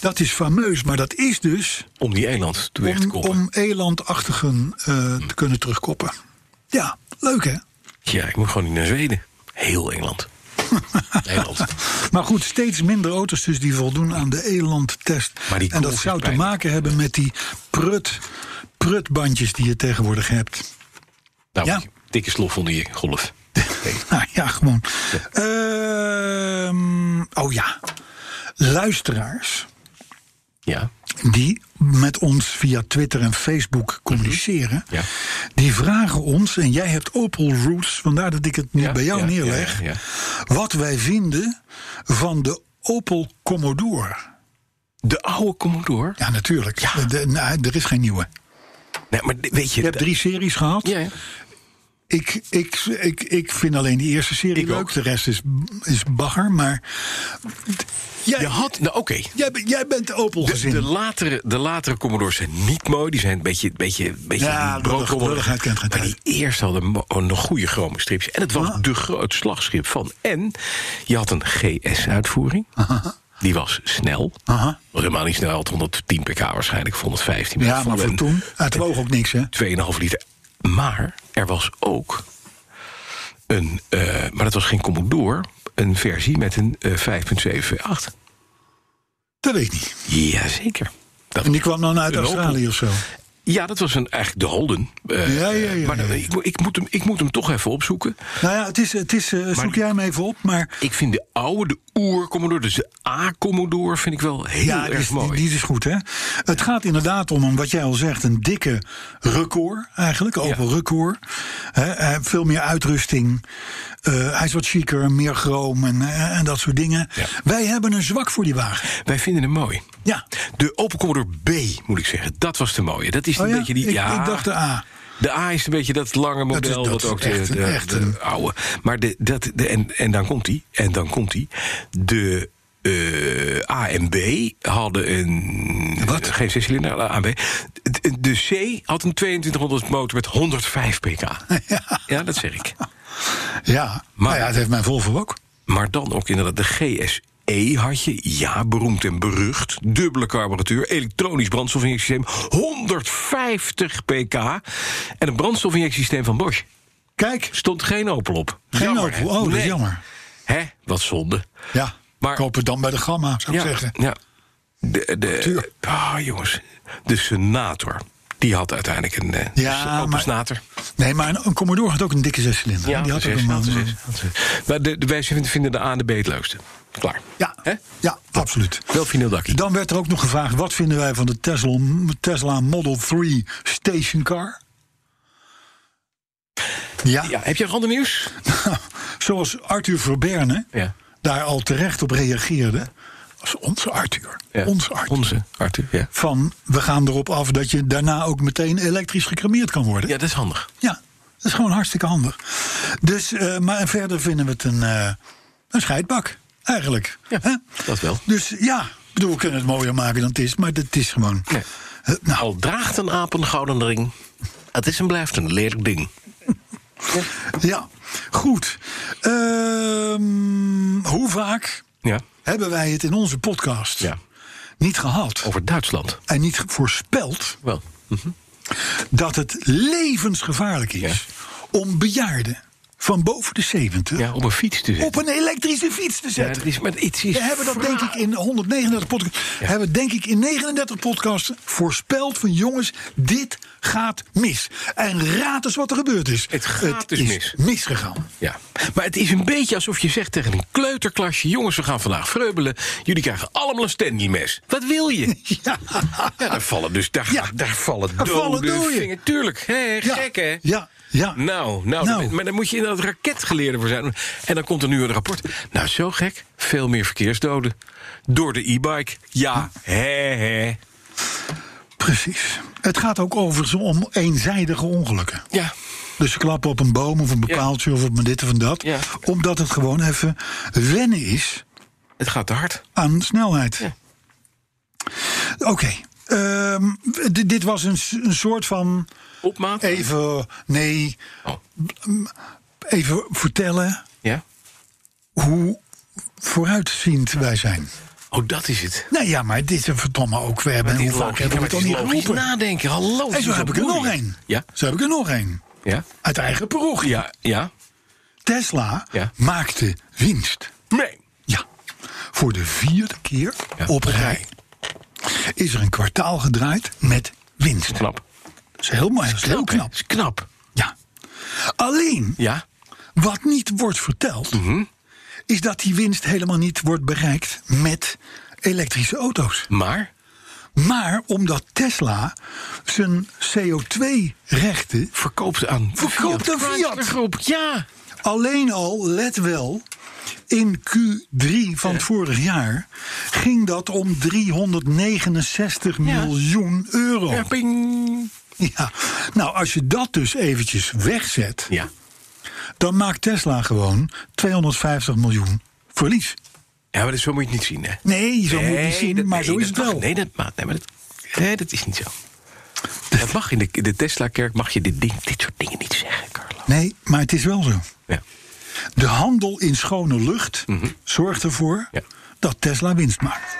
Speaker 2: dat is fameus. Maar dat is dus
Speaker 5: Om die eland te weg te
Speaker 2: om,
Speaker 5: koppen. Hm.
Speaker 2: om elandachtigen eh, te kunnen terugkoppen. Ja, leuk hè?
Speaker 5: Ja, ik moet gewoon niet naar Zweden. Heel Engeland. Nederland.
Speaker 2: Maar goed, steeds minder auto's dus die voldoen aan de elandtest.
Speaker 5: Maar die
Speaker 2: En dat
Speaker 5: golf
Speaker 2: zou
Speaker 5: is
Speaker 2: te
Speaker 5: pijnlijk.
Speaker 2: maken hebben met die prut, prutbandjes die je tegenwoordig hebt.
Speaker 5: Nou,
Speaker 2: Ja.
Speaker 5: dikke slof onder je golf.
Speaker 2: Nou ja, gewoon. Ehm, oh ja, luisteraars
Speaker 5: Ja.
Speaker 2: die met ons via Twitter en Facebook communiceren...
Speaker 5: Mhm. Ja.
Speaker 2: die vragen ons, en jij hebt Opel Roots... vandaar dat ik het nu
Speaker 5: Ja,
Speaker 2: bij jou
Speaker 5: ja,
Speaker 2: neerleg...
Speaker 5: ja, ja,
Speaker 2: wat wij vinden van de Opel Commodore.
Speaker 5: De oude Commodore.
Speaker 2: Ja, natuurlijk. De- nou, er is geen nieuwe.
Speaker 5: Nee, maar di- weet je...
Speaker 2: Je hebt drie series gehad.
Speaker 5: Ja, ja.
Speaker 2: Ik, ik, ik, ik vind alleen die eerste serie
Speaker 5: Ik
Speaker 2: leuk.
Speaker 5: ook.
Speaker 2: De rest is, is bagger. Maar jij,
Speaker 5: Je had... Nou, oké.
Speaker 2: jij, bent- jij bent Opel
Speaker 5: De,
Speaker 2: gezin.
Speaker 5: de, latere, de latere Commodores zijn niet mooi. Die zijn een beetje... beetje, beetje
Speaker 2: Ja,
Speaker 5: die
Speaker 2: lullig-
Speaker 5: broodrommelig.
Speaker 2: lulligheid kent Ah. geen
Speaker 5: Maar die eerst hadden mo- oh, nog goede chrome strips. En het was de groot slagschip van. En je had een GS-uitvoering. Die was snel.
Speaker 2: Aha.
Speaker 5: Was helemaal niet snel. Had 110 pk waarschijnlijk. Of 115.
Speaker 2: ja,
Speaker 5: Van
Speaker 2: maar voor
Speaker 5: een-
Speaker 2: toen. Het woog ook niks, hè?
Speaker 5: 2,5 liter. Maar er was ook een, eh, maar dat was geen Commodore, een versie met een eh, 5.7 V8.
Speaker 2: Dat weet ik niet.
Speaker 5: Jazeker. Dat
Speaker 2: En die kwam dan uit
Speaker 5: Een Opel.
Speaker 2: Australië of zo.
Speaker 5: ja, dat was een, eigenlijk de Holden. Eh,
Speaker 2: Ja, ja, ja,
Speaker 5: maar dan-
Speaker 2: ja.
Speaker 5: Ik, mo- ik, moet hem, ik moet hem toch even opzoeken.
Speaker 2: Nou ja, het is, het is, eh, zoek jij hem even op. Maar
Speaker 5: Ik vind de oude, de oer-Commodore, dus de A-Commodore, vind ik wel heel
Speaker 2: ja, dus die
Speaker 5: erg
Speaker 2: is,
Speaker 5: mooi.
Speaker 2: die, die is goed, hè? Het gaat inderdaad om, een, wat jij al zegt, een dikke record eigenlijk. Opel record. Hè, eh, veel meer uitrusting. Eh, hij is wat chiquer, meer chroom en, eh, en dat soort dingen. Wij hebben een zwak voor die wagen.
Speaker 5: Wij vinden hem mooi.
Speaker 2: Ja.
Speaker 5: De Opel Commodore B, moet ik zeggen. Dat was de mooie. Dat is een
Speaker 2: Oh ja?
Speaker 5: beetje die...
Speaker 2: ik,
Speaker 5: ja,
Speaker 2: ik dacht de A.
Speaker 5: De A is een beetje dat lange
Speaker 2: Dat is-
Speaker 5: model,
Speaker 2: dat
Speaker 5: wat
Speaker 2: is
Speaker 5: ook
Speaker 2: echt
Speaker 5: de,
Speaker 2: een-
Speaker 5: de-
Speaker 2: echt
Speaker 5: de
Speaker 2: een-
Speaker 5: oude. Maar de, dat, de, en, en dan komt hij, en dan komt hij. De eh, A en B hadden een.
Speaker 2: Wat?
Speaker 5: Geen zescilinder, A en B. De, de C had een 2200 motor met 105 pk. Ja, dat zeg ik.
Speaker 2: Ja, maar ja, dat heeft mijn Volvo ook.
Speaker 5: Maar dan ook inderdaad de GSE had je, ja, beroemd en berucht. Dubbele carburateur, elektronisch brandstofinjectiesysteem, 150 pk. En een brandstofinjectiesysteem van Bosch.
Speaker 2: Kijk,
Speaker 5: Stond geen Opel op.
Speaker 2: geen
Speaker 5: Jammer,
Speaker 2: Opel.
Speaker 5: hè?
Speaker 2: Oh, dat is
Speaker 5: Nee.
Speaker 2: jammer.
Speaker 5: Hè? Wat zonde.
Speaker 2: Ja,
Speaker 5: Maar-
Speaker 2: kopen dan bij de Gamma, zou ik
Speaker 5: ja,
Speaker 2: zeggen.
Speaker 5: Ja. De, de,
Speaker 2: Tuur.
Speaker 5: ah, jongens. De senator. Die had uiteindelijk een eh,
Speaker 2: Ja,
Speaker 5: Opel
Speaker 2: maar-
Speaker 5: senator.
Speaker 2: Nee, maar een, een Commodore had ook een dikke zescilinder.
Speaker 5: Ja,
Speaker 2: die had
Speaker 5: precies,
Speaker 2: ook een,
Speaker 5: dat
Speaker 2: eh,
Speaker 5: is het. Dat is het. Maar de, de, wij vinden- vinden de A en de B het leukste. Klaar.
Speaker 2: Ja,
Speaker 5: Hè?
Speaker 2: ja absoluut. Dus
Speaker 5: Wel vinyl dakkie.
Speaker 2: Dan werd er ook nog gevraagd: wat vinden wij van de Tesla, Tesla Model 3 Station Car? Ja,
Speaker 5: Ja, heb je nog ander nieuws?
Speaker 2: zoals Arthur Verberne
Speaker 5: Ja.
Speaker 2: daar al terecht op reageerde. Als onze Arthur.
Speaker 5: Ja.
Speaker 2: Onze Arthur.
Speaker 5: Onze Arthur, ja.
Speaker 2: Van we gaan erop af dat je daarna ook meteen elektrisch gecremeerd kan worden.
Speaker 5: Ja, dat is handig.
Speaker 2: Ja, dat is gewoon hartstikke handig. Dus, eh, maar verder vinden we het een, eh, een scheidbak, eigenlijk.
Speaker 5: Ja,
Speaker 2: Hè?
Speaker 5: dat wel.
Speaker 2: Dus ja, ik bedoel, we kunnen het mooier maken dan het is, maar het is gewoon.
Speaker 5: Nee.
Speaker 2: Eh, nou,
Speaker 4: Al draagt een aap een gouden ring. Het is en blijft een lelijk ding.
Speaker 2: ja, goed. Ehm, hoe vaak
Speaker 5: Ja.
Speaker 2: hebben wij het in onze podcast
Speaker 5: Ja.
Speaker 2: niet gehad
Speaker 5: Over Duitsland.
Speaker 2: en niet voorspeld
Speaker 5: Wel.
Speaker 2: dat het levensgevaarlijk is om bejaarden van boven de 70
Speaker 5: Ja, op een fiets te zitten.
Speaker 2: op een elektrische fiets te
Speaker 5: Ja,
Speaker 2: zetten?
Speaker 5: dat is, maar iets is
Speaker 2: We hebben dat denk ik in 139 podcasts. Hebben denk ik in 39 podcasts voorspeld van jongens, dit gaat mis. En raad eens wat er gebeurd is.
Speaker 5: Het gaat dus
Speaker 2: is
Speaker 5: mis.
Speaker 2: misgegaan.
Speaker 5: Ja, maar het is een beetje alsof je zegt tegen een kleuterklasje... jongens, we gaan vandaag vreubelen. Jullie krijgen allemaal een Stanley-mes. Wat wil je?
Speaker 2: Ja,
Speaker 5: Ja, daar vallen dus... Daar,
Speaker 2: Ja.
Speaker 5: daar vallen
Speaker 2: Daar
Speaker 5: doden
Speaker 2: vallen dooien.
Speaker 5: vinger- Tuurlijk, hè,
Speaker 2: ja,
Speaker 5: gek, hè?
Speaker 2: Ja, ja.
Speaker 5: Nou, nou,
Speaker 2: Nou.
Speaker 5: dat- maar dan moet je inderdaad raketgeleerde voor zijn. En dan komt er nu een rapport. Nou, zo gek. Veel meer verkeersdoden. Door de e-bike. Ja, hè, hè.
Speaker 2: precies. Het gaat ook overigens om eenzijdige ongelukken.
Speaker 5: Ja,
Speaker 2: Dus ze klappen op een boom of een bepaaltje of op een dit of een dat.
Speaker 5: Ja.
Speaker 2: Omdat het gewoon even wennen is
Speaker 5: het gaat te hard.
Speaker 2: aan snelheid.
Speaker 5: Ja.
Speaker 2: Oké. ehm, dit- dit was een, s- een soort van.
Speaker 5: Opmaat.
Speaker 2: even, nee,
Speaker 5: Oh,
Speaker 2: even vertellen
Speaker 5: ja.
Speaker 2: hoe vooruitziend wij zijn.
Speaker 5: Oh, dat is het.
Speaker 2: Nou ja, maar dit is een verdomme ook. We hebben,
Speaker 5: Het
Speaker 2: hoe
Speaker 5: is
Speaker 2: vaak
Speaker 5: logisch.
Speaker 2: hebben we het
Speaker 5: Ja,
Speaker 2: al
Speaker 5: maar
Speaker 2: niet
Speaker 5: het is logisch
Speaker 2: geroepen?
Speaker 5: nadenken. Hallo.
Speaker 2: En zo heb ik er nog één.
Speaker 5: Ja,
Speaker 2: Zo heb ik er nog één.
Speaker 5: ja,
Speaker 2: Uit eigen parochie.
Speaker 5: ja, ja.
Speaker 2: Tesla
Speaker 5: Ja.
Speaker 2: maakte winst.
Speaker 5: Nee.
Speaker 2: Ja. Voor de vierde keer
Speaker 5: Ja,
Speaker 2: op
Speaker 5: op
Speaker 2: rij. Is er een kwartaal gedraaid met winst.
Speaker 5: Knap.
Speaker 2: Dat is heel, mooi, dat is heel
Speaker 5: hè?
Speaker 2: knap.
Speaker 5: Is knap.
Speaker 2: Ja. Alleen,
Speaker 5: Ja. Mhm.
Speaker 2: Wat niet wordt verteld, is dat die winst helemaal niet wordt bereikt met elektrische auto's.
Speaker 5: Maar.
Speaker 2: Maar omdat Tesla zijn CO2-rechten
Speaker 5: Verkoopt aan.
Speaker 2: Verkoopt aan Fiat.
Speaker 5: Chryslergroep, Ja.
Speaker 2: alleen al, let wel, in Q3 van het vorig jaar ging dat om 369 miljoen euro.
Speaker 5: Ja, ping.
Speaker 2: Ja. Nou, als je dat dus eventjes wegzet,
Speaker 5: Ja.
Speaker 2: dan maakt Tesla gewoon 250 miljoen verlies.
Speaker 5: Ja, maar dat- zo moet je het niet zien, hè?
Speaker 2: Nee, zo moet je
Speaker 5: Nee,
Speaker 2: niet zien,
Speaker 5: dat-
Speaker 2: maar
Speaker 5: nee,
Speaker 2: zo is
Speaker 5: dat
Speaker 2: het
Speaker 5: mag-
Speaker 2: wel.
Speaker 5: nee, dat, maakt- nee, maar dat, nee, dat is niet zo. Dat mag in de, de Tesla-kerk mag je dit, ding, dit soort dingen niet zeggen, Carlo.
Speaker 2: Nee, maar het is wel zo.
Speaker 5: Ja.
Speaker 2: De handel in schone lucht zorgt ervoor
Speaker 5: Mhm. Ja.
Speaker 2: dat Tesla winst maakt.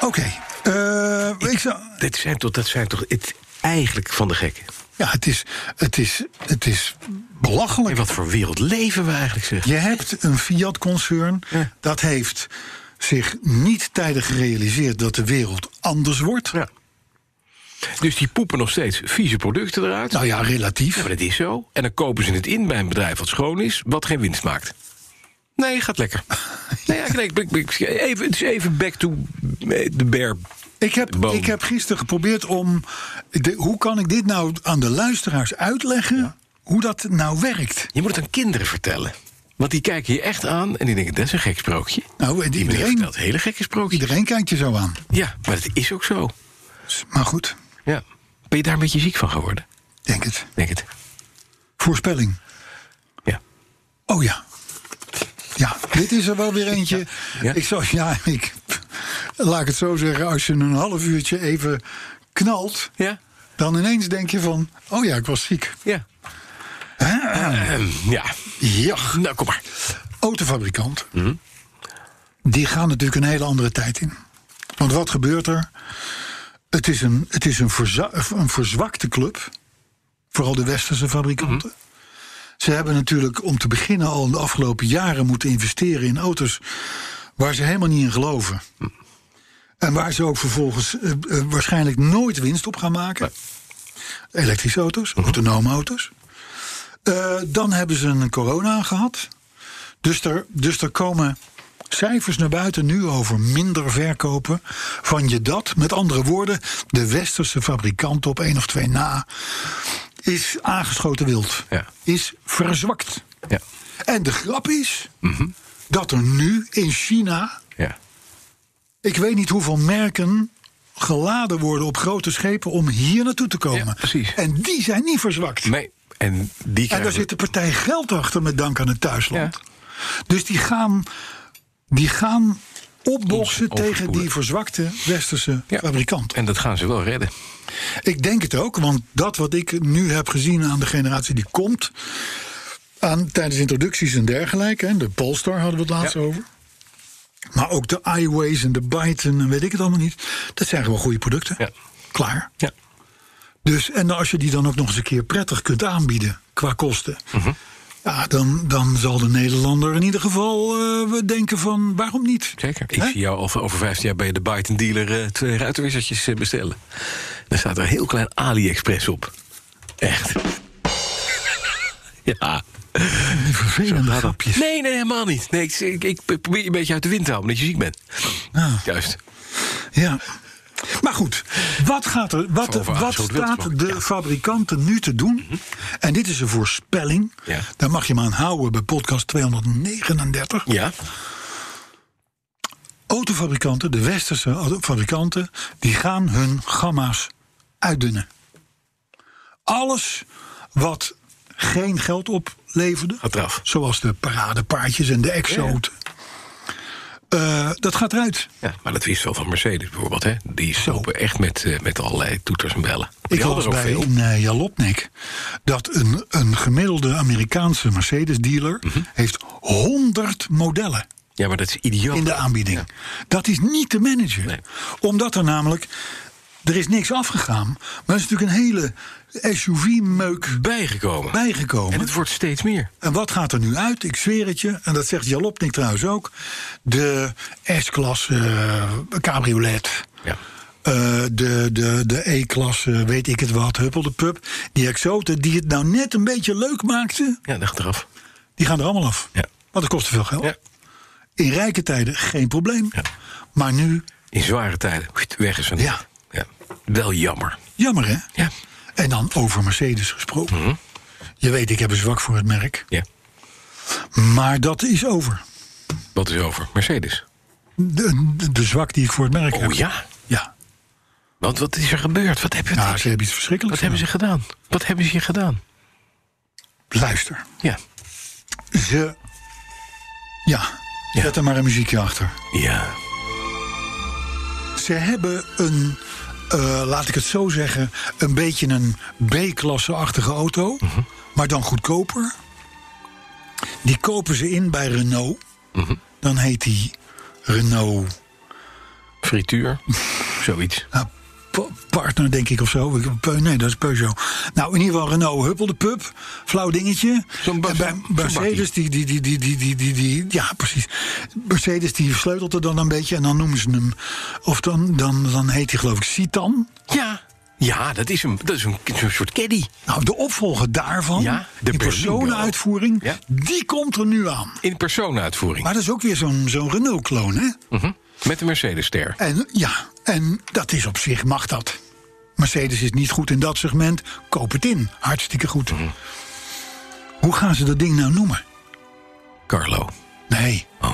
Speaker 2: Oké, eh, ik zou-
Speaker 5: Dit zijn toch, dat zijn toch het, eigenlijk van de gekken.
Speaker 2: ja, het is, het is, het is
Speaker 5: In
Speaker 2: belachelijk.
Speaker 5: wat voor wereld leven we eigenlijk, zeg.
Speaker 2: Je hebt een Fiat-concern
Speaker 5: Ja.
Speaker 2: dat heeft zich niet tijdig gerealiseerd dat de wereld anders wordt.
Speaker 5: Ja. Dus die poepen nog steeds vieze producten eruit.
Speaker 2: Nou ja, relatief.
Speaker 5: Ja, maar dat is zo. En dan kopen ze het in bij een bedrijf wat schoon is, wat geen winst maakt. Nee, gaat lekker. Nee, ja, nee, ik- ik- ik- even, het is even back to eh, the bear.
Speaker 2: Ik heb,
Speaker 5: Boom.
Speaker 2: ik heb gisteren geprobeerd om. ik denk, hoe kan ik dit nou aan de luisteraars uitleggen? Hoe dat nou werkt?
Speaker 5: Je moet het aan kinderen vertellen. Want die kijken je echt aan en die denken, dat is een gek sprookje.
Speaker 2: Nou,
Speaker 5: Die meneer
Speaker 2: iedereen,
Speaker 5: vertelt hele gekke sprookjes.
Speaker 2: iedereen kijkt je zo aan.
Speaker 5: Ja, maar het is ook zo.
Speaker 2: Maar goed,
Speaker 5: Ja. Ben je daar een beetje ziek van geworden?
Speaker 2: denk het.
Speaker 5: Denk het.
Speaker 2: Voorspelling.
Speaker 5: Ja.
Speaker 2: Oh ja. Ja, dit is er wel weer eentje.
Speaker 5: Ja.
Speaker 2: Ik zou, ja, ik, laat ik het zo zeggen. Als je een half uurtje even knalt,
Speaker 5: Ja?
Speaker 2: dan ineens denk je van: oh ja, ik was ziek.
Speaker 5: Ja. Ehm, ja.
Speaker 2: Ja.
Speaker 5: Nou, kom maar.
Speaker 2: autofabrikant. Die gaan natuurlijk een hele andere tijd in. Want wat gebeurt er? Het is een, het is een, verza- een verzwakte club. vooral de westerse fabrikanten. Ze hebben natuurlijk om te beginnen al in de afgelopen jaren moeten investeren in auto's waar ze helemaal niet in geloven. En waar ze ook vervolgens eh, eh, waarschijnlijk nooit winst op gaan maken. Elektrische auto's, autonome auto's. Eh, dan hebben ze een corona gehad. Dus er, dus er komen cijfers naar buiten nu over minder verkopen van je dat. Met andere woorden, de westerse fabrikant op één of twee na is aangeschoten wild.
Speaker 5: Ja.
Speaker 2: Is verzwakt.
Speaker 5: Ja.
Speaker 2: En de grap is dat er nu in China,
Speaker 5: Ja.
Speaker 2: ik weet niet hoeveel merken geladen worden op grote schepen om hier naartoe te komen.
Speaker 5: Ja, precies.
Speaker 2: En die zijn niet verzwakt.
Speaker 5: Nee. En die
Speaker 2: En daar
Speaker 5: krijgen...
Speaker 2: zit de partij geld achter met dank aan het thuisland.
Speaker 5: Ja.
Speaker 2: Dus die gaan, die gaan opboksen
Speaker 5: Ons
Speaker 2: tegen
Speaker 5: overspoelen.
Speaker 2: die verzwakte westerse
Speaker 5: Ja.
Speaker 2: fabrikant.
Speaker 5: En dat gaan ze wel redden.
Speaker 2: Ik denk het ook, want dat wat ik nu heb gezien aan de generatie die komt... Aan, tijdens introducties en dergelijke, hè, de Polestar hadden we het laatst
Speaker 5: Ja.
Speaker 2: over... maar ook de iWays en de Byton en weet ik het allemaal niet... dat zijn gewoon goede producten.
Speaker 5: Ja.
Speaker 2: Klaar.
Speaker 5: Ja.
Speaker 2: Dus, en als je die dan ook nog eens een keer prettig kunt aanbieden qua kosten.
Speaker 5: Mhm.
Speaker 2: Ja, dan, dan zal de Nederlander in ieder geval eh, we denken van waarom niet?
Speaker 5: Zeker. Ik
Speaker 2: Hè?
Speaker 5: zie jou over, over 15 jaar bij de Byton dealer eh, twee ruitenwissertjes eh, bestellen. Daar staat er een heel klein AliExpress op. Echt. ja.
Speaker 2: Die vervelende grapjes.
Speaker 5: Nee, nee, helemaal niet. Nee, ik, ik, ik probeer je een beetje uit de wind te houden omdat je ziek bent.
Speaker 2: Ah.
Speaker 5: Juist.
Speaker 2: Ja. Maar goed, wat, gaat er, wat,
Speaker 5: Over
Speaker 2: wat
Speaker 5: aangeschoten wild
Speaker 2: staat
Speaker 5: gesproken,
Speaker 2: de fabrikanten nu te doen? En dit is een voorspelling.
Speaker 5: Mhm. Ja.
Speaker 2: Daar mag je me aan houden bij podcast 239.
Speaker 5: Ja.
Speaker 2: Autofabrikanten, de westerse autofabrikanten, die gaan hun gamma's uitdunnen. Alles wat geen geld opleverde,
Speaker 5: Gaat eraf.
Speaker 2: zoals de paradepaardjes en de exoten, eh, dat gaat eruit.
Speaker 5: Ja, maar dat wist wel van Mercedes bijvoorbeeld. Hè? Die slopen echt met, eh, met allerlei toeters en bellen. Die
Speaker 2: Oh. Ik
Speaker 5: hadden
Speaker 2: las
Speaker 5: er ook
Speaker 2: bij
Speaker 5: veel.
Speaker 2: in eh, Jalopnik dat een, een gemiddelde Amerikaanse Mercedes-dealer
Speaker 5: Mhm.
Speaker 2: heeft 100 modellen
Speaker 5: Ja, maar dat is idioot.
Speaker 2: in de aanbieding. Dat is niet te managen.
Speaker 5: Nee.
Speaker 2: Omdat er namelijk, er is niks afgegaan, maar er is natuurlijk een hele SUV-meuk
Speaker 5: Bijgekomen.
Speaker 2: bijgekomen.
Speaker 5: En het wordt steeds meer.
Speaker 2: En wat gaat er nu uit? Ik zweer het je. En dat zegt Jalopnik trouwens ook. De S-klasse eh, cabriolet.
Speaker 5: Ja.
Speaker 2: Eh, de, de, de E-klasse, weet ik het wat, Huppel de Pup. Die exoten die het nou net een beetje leuk maakten,
Speaker 5: Ja, dat gaat eraf.
Speaker 2: die gaan er allemaal af.
Speaker 5: Ja.
Speaker 2: Want dat kost te veel geld.
Speaker 5: Ja.
Speaker 2: In rijke tijden geen probleem.
Speaker 5: Ja.
Speaker 2: Maar nu,
Speaker 5: In zware tijden. Wst, Weg is van.
Speaker 2: Ja.
Speaker 5: ja. Wel jammer.
Speaker 2: jammer hè?
Speaker 5: Ja. Mhm.
Speaker 2: En dan over Mercedes gesproken. Je weet, ik heb een zwak voor het merk.
Speaker 5: ja.
Speaker 2: Maar dat is over.
Speaker 5: Wat is over? Mercedes.
Speaker 2: De, de, de zwak die ik voor het merk heb.
Speaker 5: Oh ja.
Speaker 2: Ja.
Speaker 5: Want wat is er gebeurd? Wat hebben,
Speaker 2: Ja, ze hebben iets
Speaker 5: wat
Speaker 2: verschrikkelijks.
Speaker 5: hebben ze gedaan? Wat hebben ze hier gedaan?
Speaker 2: gedaan. Luister.
Speaker 5: Ja.
Speaker 2: Ze. Ja,
Speaker 5: Ja.
Speaker 2: zet er maar een muziekje achter.
Speaker 5: Ja.
Speaker 2: Ze hebben een. eh, laat ik het zo zeggen, een beetje een B-klasse-achtige auto,
Speaker 5: Mhm.
Speaker 2: maar dan goedkoper. Die kopen ze in bij Renault.
Speaker 5: Mhm.
Speaker 2: Dan heet die Renault
Speaker 5: Frituur. Zoiets.
Speaker 2: Nou, pa- partner, denk ik of zo. Ik- Peu- Nee, dat is Peugeot. Nou, in ieder geval Renault Huppel de Pup. Flauw dingetje.
Speaker 5: Zo'n bak-
Speaker 2: En bij
Speaker 5: zo'n
Speaker 2: Mercedes, die, die, die, die, die, die, die, die- Ja, precies. Mercedes die sleutelt er dan een beetje en dan noemen ze hem. Of dan, dan, dan heet hij, geloof ik, Citan.
Speaker 5: Ja. Ja, dat is een, dat is een, zo'n soort caddy.
Speaker 2: Nou, de opvolger daarvan,
Speaker 5: Ja, de
Speaker 2: die
Speaker 5: Berlingo.
Speaker 2: personenuitvoering,
Speaker 5: Ja.
Speaker 2: die komt er nu aan.
Speaker 5: In persoonuitvoering.
Speaker 2: Maar dat is ook weer zo'n zo'n Renault-kloon, hè?
Speaker 5: Mhm. Met de Mercedes-ster.
Speaker 2: En ja, en dat is op zich mag dat. Mercedes is niet goed in dat segment. Koop het in. Hartstikke goed.
Speaker 5: Hm.
Speaker 2: Hoe gaan ze dat ding nou noemen?
Speaker 5: Carlo.
Speaker 2: Nee,
Speaker 5: Oh.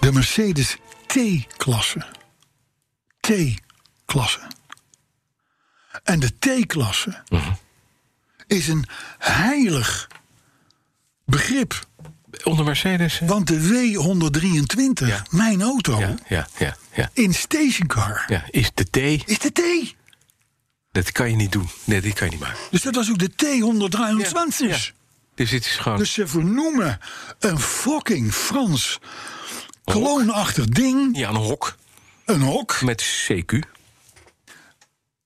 Speaker 2: de Mercedes T-klasse. T-klasse. En de T-klasse
Speaker 5: Mhm.
Speaker 2: is een heilig begrip.
Speaker 5: Onder Mercedes. eh?
Speaker 2: Want de W123,
Speaker 5: Ja.
Speaker 2: mijn auto,
Speaker 5: Ja, ja, ja, ja.
Speaker 2: in stationcar,
Speaker 5: Ja, is de T.
Speaker 2: is de T.
Speaker 5: Dat kan je niet doen. Nee, dit kan je niet maken.
Speaker 2: Dus dat was ook de T123.
Speaker 5: Ja, ja. Dus dit is gewoon...
Speaker 2: Dus ze vernoemen een fucking Frans kloonachtig ding,
Speaker 5: Ja, een hok
Speaker 2: een hok,
Speaker 5: met CQ.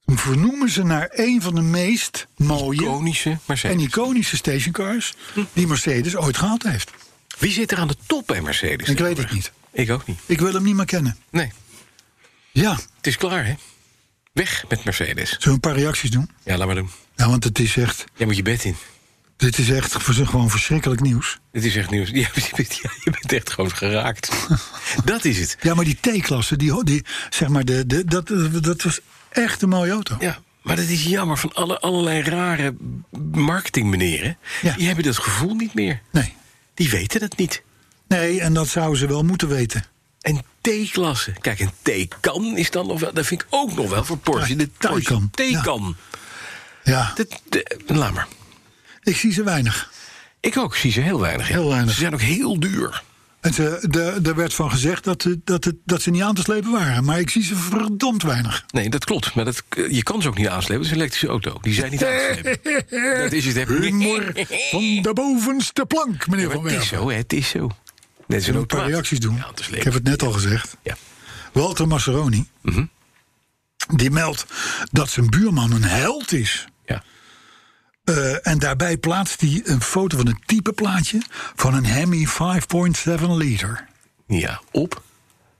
Speaker 2: vernoemen ze naar een van de meest mooie
Speaker 5: Iconische Mercedes.
Speaker 2: en iconische stationcars die Mercedes ooit gehad heeft.
Speaker 5: Wie zit er aan de top bij Mercedes?
Speaker 2: Ik weet het
Speaker 5: tegenwoordig?
Speaker 2: niet.
Speaker 5: Ik ook niet.
Speaker 2: Ik wil hem niet meer kennen.
Speaker 5: Nee,
Speaker 2: Ja,
Speaker 5: het is klaar, hè? Weg met Mercedes.
Speaker 2: zullen we een paar reacties doen?
Speaker 5: Ja, laat maar doen.
Speaker 2: Ja, want het is echt,
Speaker 5: Jij moet je bed in.
Speaker 2: dit is echt voor ze gewoon verschrikkelijk nieuws.
Speaker 5: Het is echt nieuws. Ja, je bent, ja, je bent echt gewoon geraakt. Dat is het.
Speaker 2: Ja, maar die T-klasse, die, die, zeg maar, de, de, dat, dat was echt een mooie auto.
Speaker 5: Ja, maar dat is jammer van alle, allerlei rare marketingmeneren.
Speaker 2: Ja.
Speaker 5: Die hebben dat gevoel niet meer.
Speaker 2: Nee.
Speaker 5: Die weten dat niet.
Speaker 2: nee, en dat zouden ze wel moeten weten.
Speaker 5: En T-klasse. Kijk, een T-kan is dan nog wel... Dat vind ik ook nog wel voor Porsche.
Speaker 2: Ja,
Speaker 5: De Porsche
Speaker 2: Taycan, ja.
Speaker 5: T-kan.
Speaker 2: Ja,
Speaker 5: Dat- de- Laat maar.
Speaker 2: ik zie ze weinig.
Speaker 5: Ik ook. Zie ze heel weinig. ja.
Speaker 2: Heel weinig.
Speaker 5: Ze zijn ook heel duur.
Speaker 2: En ze, de, er werd van gezegd dat, ze- dat, het, dat ze niet aan te slepen waren. Maar ik zie ze verdomd weinig.
Speaker 5: Nee, dat klopt. Maar dat, je kan ze ook niet aanslepen. Het is een elektrische auto. Die zijn niet aan te slepen. Dat is het. hè.
Speaker 2: Humor van de bovenste plank, meneer
Speaker 5: Ja,
Speaker 2: Van
Speaker 5: maar het is
Speaker 2: Werven.
Speaker 5: zo, hè, het is zo. Net
Speaker 2: Zullen we een paar reacties doen?
Speaker 5: Ja, te
Speaker 2: Ik
Speaker 5: slepen.
Speaker 2: heb het net al gezegd.
Speaker 5: Ja.
Speaker 2: Walter Masseroni,
Speaker 5: Mhm.
Speaker 2: die meldt dat zijn buurman een held is.
Speaker 5: Ja.
Speaker 2: Eh, en daarbij plaatst hij een foto van een typeplaatje van een Hemi 5.7 liter.
Speaker 5: ja, op.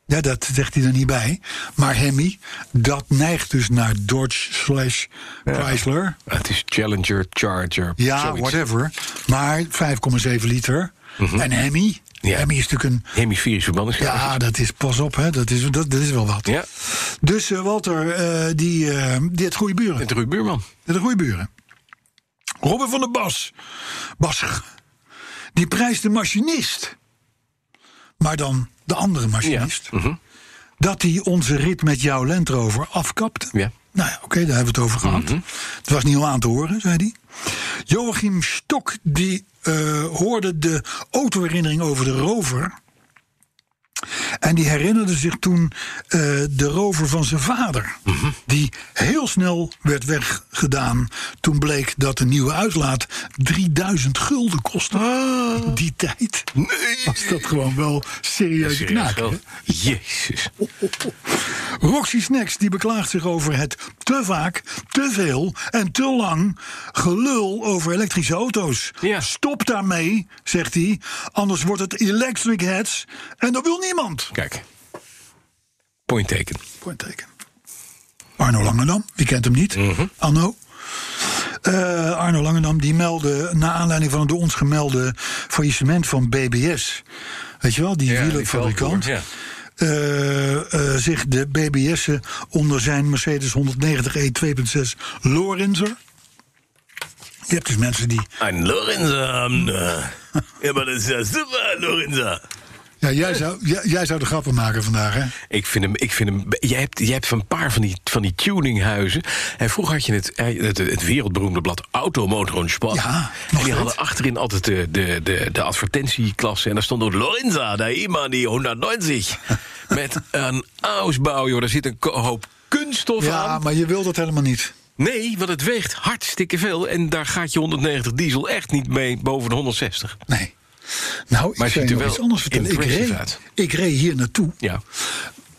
Speaker 2: Ja, dat zegt hij er niet bij. Maar Hemi, dat neigt dus naar Dodge slash Chrysler.
Speaker 5: Ah, Het is Challenger, Charger,
Speaker 2: Ja,
Speaker 5: zoiets. Mhm.
Speaker 2: whatever. Maar 5,7 liter. En Hemi.
Speaker 5: Ja.
Speaker 2: Hemi is natuurlijk een...
Speaker 5: Hemisferisch verbrandingsgaatjes.
Speaker 2: Ja, dat is pas op, hè. Dat, is, dat, dat is wel wat.
Speaker 5: Ja,
Speaker 2: Dus eh, Walter, eh, die, eh, die heeft goede buren.
Speaker 5: met Ruud Buurman.
Speaker 2: De goede buren. Robin van der Bas. Bas. Die prijst de machinist. Maar dan de andere machinist.
Speaker 5: mhm.
Speaker 2: Dat hij onze rit met jouw Land Rover afkapte.
Speaker 5: Ja. Mhm.
Speaker 2: Nou ja, oké, daar hebben we het over gehad. Het was niet heel aan te horen, zei hij. Joachim Stok, die eh, hoorde de autoherinnering over de rover. En die herinnerde zich toen eh, de rover van zijn vader. Die heel snel werd weggedaan. Toen bleek dat de nieuwe uitlaat 3000 gulden kostte. In die tijd was dat gewoon wel serieus ja,
Speaker 5: Serieus wel. Jezus.
Speaker 2: Roxy Snacks die beklaagt zich over het te vaak, te veel en te lang gelul over elektrische auto's.
Speaker 5: Ja.
Speaker 2: Stop daarmee, zegt hij, anders wordt het electric heads en dat wil niemand.
Speaker 5: Kijk. Point taken.
Speaker 2: Pointteken. Arno Langendam, wie kent hem niet? Anno. Eh, Arno Langendam die meldde, na aanleiding van het door ons gemelde faillissement van BBS. Weet je wel, die
Speaker 5: Ja,
Speaker 2: wielerfabrikant.
Speaker 5: die velvoer,
Speaker 2: eh, eh, zich de BBS'en onder zijn Mercedes E 190E 2.6 Lorenzer. Je hebt dus mensen die.
Speaker 4: Een Lorenza. eh, Ja, maar dat is ja super, Lorenza.
Speaker 2: Ja, jij, zou, jij, jij zou de grappen maken vandaag, hè?
Speaker 5: Ik vind hem. Ik vind hem jij, hebt, jij hebt een paar van die, van die tuninghuizen. En vroeger had je het, eh, het, het wereldberoemde blad Automotor en Sport.
Speaker 2: Ja, nog
Speaker 5: en die
Speaker 2: steeds.
Speaker 5: hadden achterin altijd de, de, de, de advertentieklasse. En daar stond ook Lorenza, daar iemand die 190. Met een ausbouw, joh. Daar zit een ko- hoop kunststof
Speaker 2: Ja,
Speaker 5: aan.
Speaker 2: maar je wil dat helemaal niet.
Speaker 5: Nee, want het weegt hartstikke veel. En daar gaat je 190 diesel echt niet mee boven de 160.
Speaker 2: Nee. Nou,
Speaker 5: Maar
Speaker 2: ik zou
Speaker 5: ziet
Speaker 2: je
Speaker 5: er
Speaker 2: nog
Speaker 5: wel
Speaker 2: iets anders vertellen. Ik
Speaker 5: impressive
Speaker 2: reed,
Speaker 5: uit.
Speaker 2: ik reed hier naartoe
Speaker 5: Ja.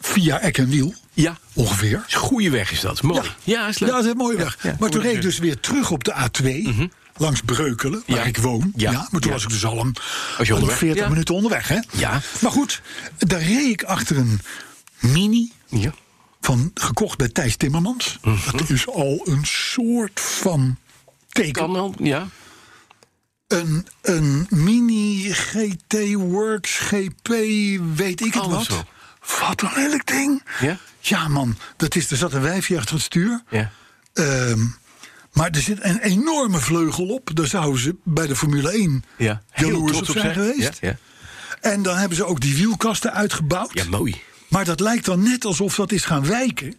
Speaker 2: via Eck en Wiel,
Speaker 5: Ja.
Speaker 2: ongeveer.
Speaker 5: Goeie weg is dat. Mooi. Ja, is leuk.
Speaker 2: Ja, dat is mooi weg.
Speaker 5: Ja, ja,
Speaker 2: maar toen
Speaker 5: goeie
Speaker 2: reed ik dus weer terug op de A2, langs Breukelen, waar
Speaker 5: Ja.
Speaker 2: ik woon. Ja.
Speaker 5: Ja.
Speaker 2: maar toen
Speaker 5: Ja.
Speaker 2: was ik dus al een
Speaker 5: Was je
Speaker 2: al
Speaker 5: onderweg?
Speaker 2: 40
Speaker 5: Ja.
Speaker 2: minuten onderweg. Hè?
Speaker 5: Ja.
Speaker 2: Maar goed, daar reed ik achter een mini
Speaker 5: Ja.
Speaker 2: van, gekocht bij Thijs Timmermans.
Speaker 5: Mhm.
Speaker 2: Dat is al een soort van teken.
Speaker 5: Kan al, ja.
Speaker 2: Een, een mini GT Works GP, weet ik het
Speaker 5: Alles
Speaker 2: wat.
Speaker 5: op.
Speaker 2: Wat een lelijk ding.
Speaker 5: Oh, Ja?
Speaker 2: Ja, man. Dat is, er zat een wijfje achter het stuur.
Speaker 5: Ja.
Speaker 2: Ehm, maar er zit een enorme vleugel op. Daar zouden ze bij de Formule 1
Speaker 5: Ja.
Speaker 2: jaloers op zijn geweest.
Speaker 5: Ja, ja.
Speaker 2: En dan hebben ze ook die wielkasten uitgebouwd.
Speaker 5: ja, mooi.
Speaker 2: Maar dat lijkt dan net alsof dat is gaan wijken.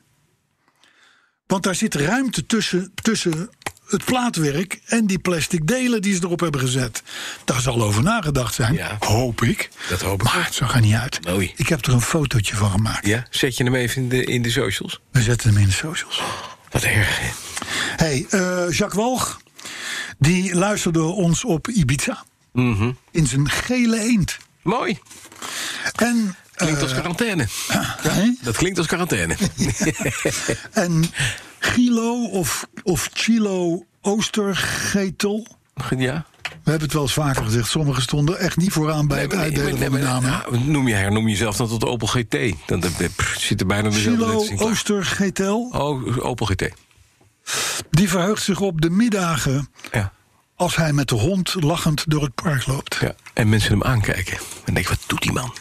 Speaker 2: Want daar zit ruimte tussen, tussen het plaatwerk en die plastic delen die ze erop hebben gezet. Daar zal over nagedacht zijn,
Speaker 5: Ja.
Speaker 2: hoop ik.
Speaker 5: Dat hoop ik.
Speaker 2: Maar het zag er niet uit.
Speaker 5: Mooi.
Speaker 2: Ik heb er een fotootje van gemaakt.
Speaker 5: Ja, zet je hem even in de, in de socials?
Speaker 2: We zetten hem in de socials.
Speaker 5: Wat erg. hè?
Speaker 2: Hey, eh, Jacques Walg, die luisterde ons op Ibiza.
Speaker 5: Mhm.
Speaker 2: In zijn gele eend.
Speaker 5: Mooi.
Speaker 2: En,
Speaker 5: Klinkt
Speaker 2: eh,
Speaker 5: als quarantaine.
Speaker 2: hè?
Speaker 5: Dat klinkt als quarantaine.
Speaker 2: en Chilo of, of Chilo Oostergetel.
Speaker 5: Ja.
Speaker 2: We hebben het wel eens vaker gezegd. Sommigen stonden echt niet vooraan bij het
Speaker 5: Nee,
Speaker 2: uitdelen
Speaker 5: nee,
Speaker 2: van de
Speaker 5: nee,
Speaker 2: namen.
Speaker 5: nou, noem je hernoem jezelf dan tot Opel GT. Dan dan- dan- pff, zit er bijna dezelfde
Speaker 2: Chilo
Speaker 5: letters in. klaar.
Speaker 2: Oostergetel.
Speaker 5: Oh, Opel GT.
Speaker 2: Die verheugt zich op de middagen
Speaker 5: Ja.
Speaker 2: als hij met de hond lachend door het park loopt.
Speaker 5: ja. En mensen hem aankijken. En denken, wat doet die man?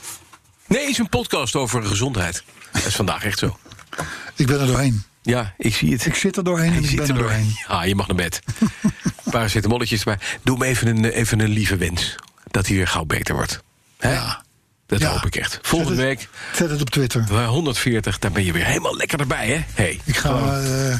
Speaker 5: Nee, is een podcast over gezondheid. Dat is vandaag echt zo.
Speaker 2: Ik ben er doorheen.
Speaker 5: Ja, ik zie het.
Speaker 2: Ik zit er doorheen en
Speaker 5: Je
Speaker 2: ik
Speaker 5: zit
Speaker 2: ben
Speaker 5: er
Speaker 2: er doorheen.
Speaker 5: Ah, je mag naar bed. Een paar molletjes erbij. Doe me even een, even een lieve wens. Dat hij weer gauw beter wordt. Hè?
Speaker 2: Ja.
Speaker 5: Dat
Speaker 2: Ja.
Speaker 5: hoop ik echt. Volgende
Speaker 2: Zet het-
Speaker 5: week
Speaker 2: Zet het op Twitter.
Speaker 5: bij 140, daar ben je weer helemaal lekker erbij, hè? Hey.
Speaker 2: Ik ga, eh,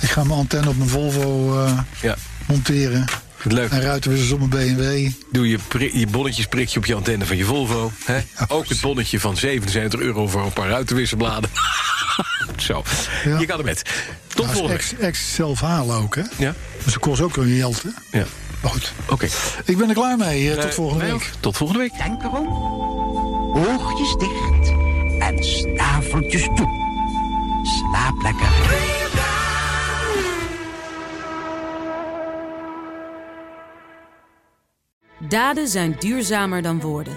Speaker 2: ik ga mijn antenne op mijn Volvo eh,
Speaker 5: Ja,
Speaker 2: monteren.
Speaker 5: leuk.
Speaker 2: En ruitenwissers op mijn BMW.
Speaker 5: Doe je, pri- je bonnetjes prikje op je antenne van je Volvo. Hè? Ook het bonnetje van 77 euro voor een paar ruitenwisselbladen. Zo,
Speaker 2: Ja.
Speaker 5: je kan er met. Tot
Speaker 2: Dat is
Speaker 5: volgende week.
Speaker 2: ex, ex zelf halen ook, hè?
Speaker 5: Ja.
Speaker 2: Dus dat kost ook een geld, hè?
Speaker 5: Ja,
Speaker 2: Maar goed,
Speaker 5: oké.
Speaker 2: ik ben er klaar mee. eh,
Speaker 5: Eh,
Speaker 2: tot volgende
Speaker 5: wij
Speaker 2: week.
Speaker 5: ook. Tot volgende week.
Speaker 6: Denk erom. Oogjes dicht en snaveltjes toe. Slaap lekker.
Speaker 7: Daden zijn duurzamer dan woorden.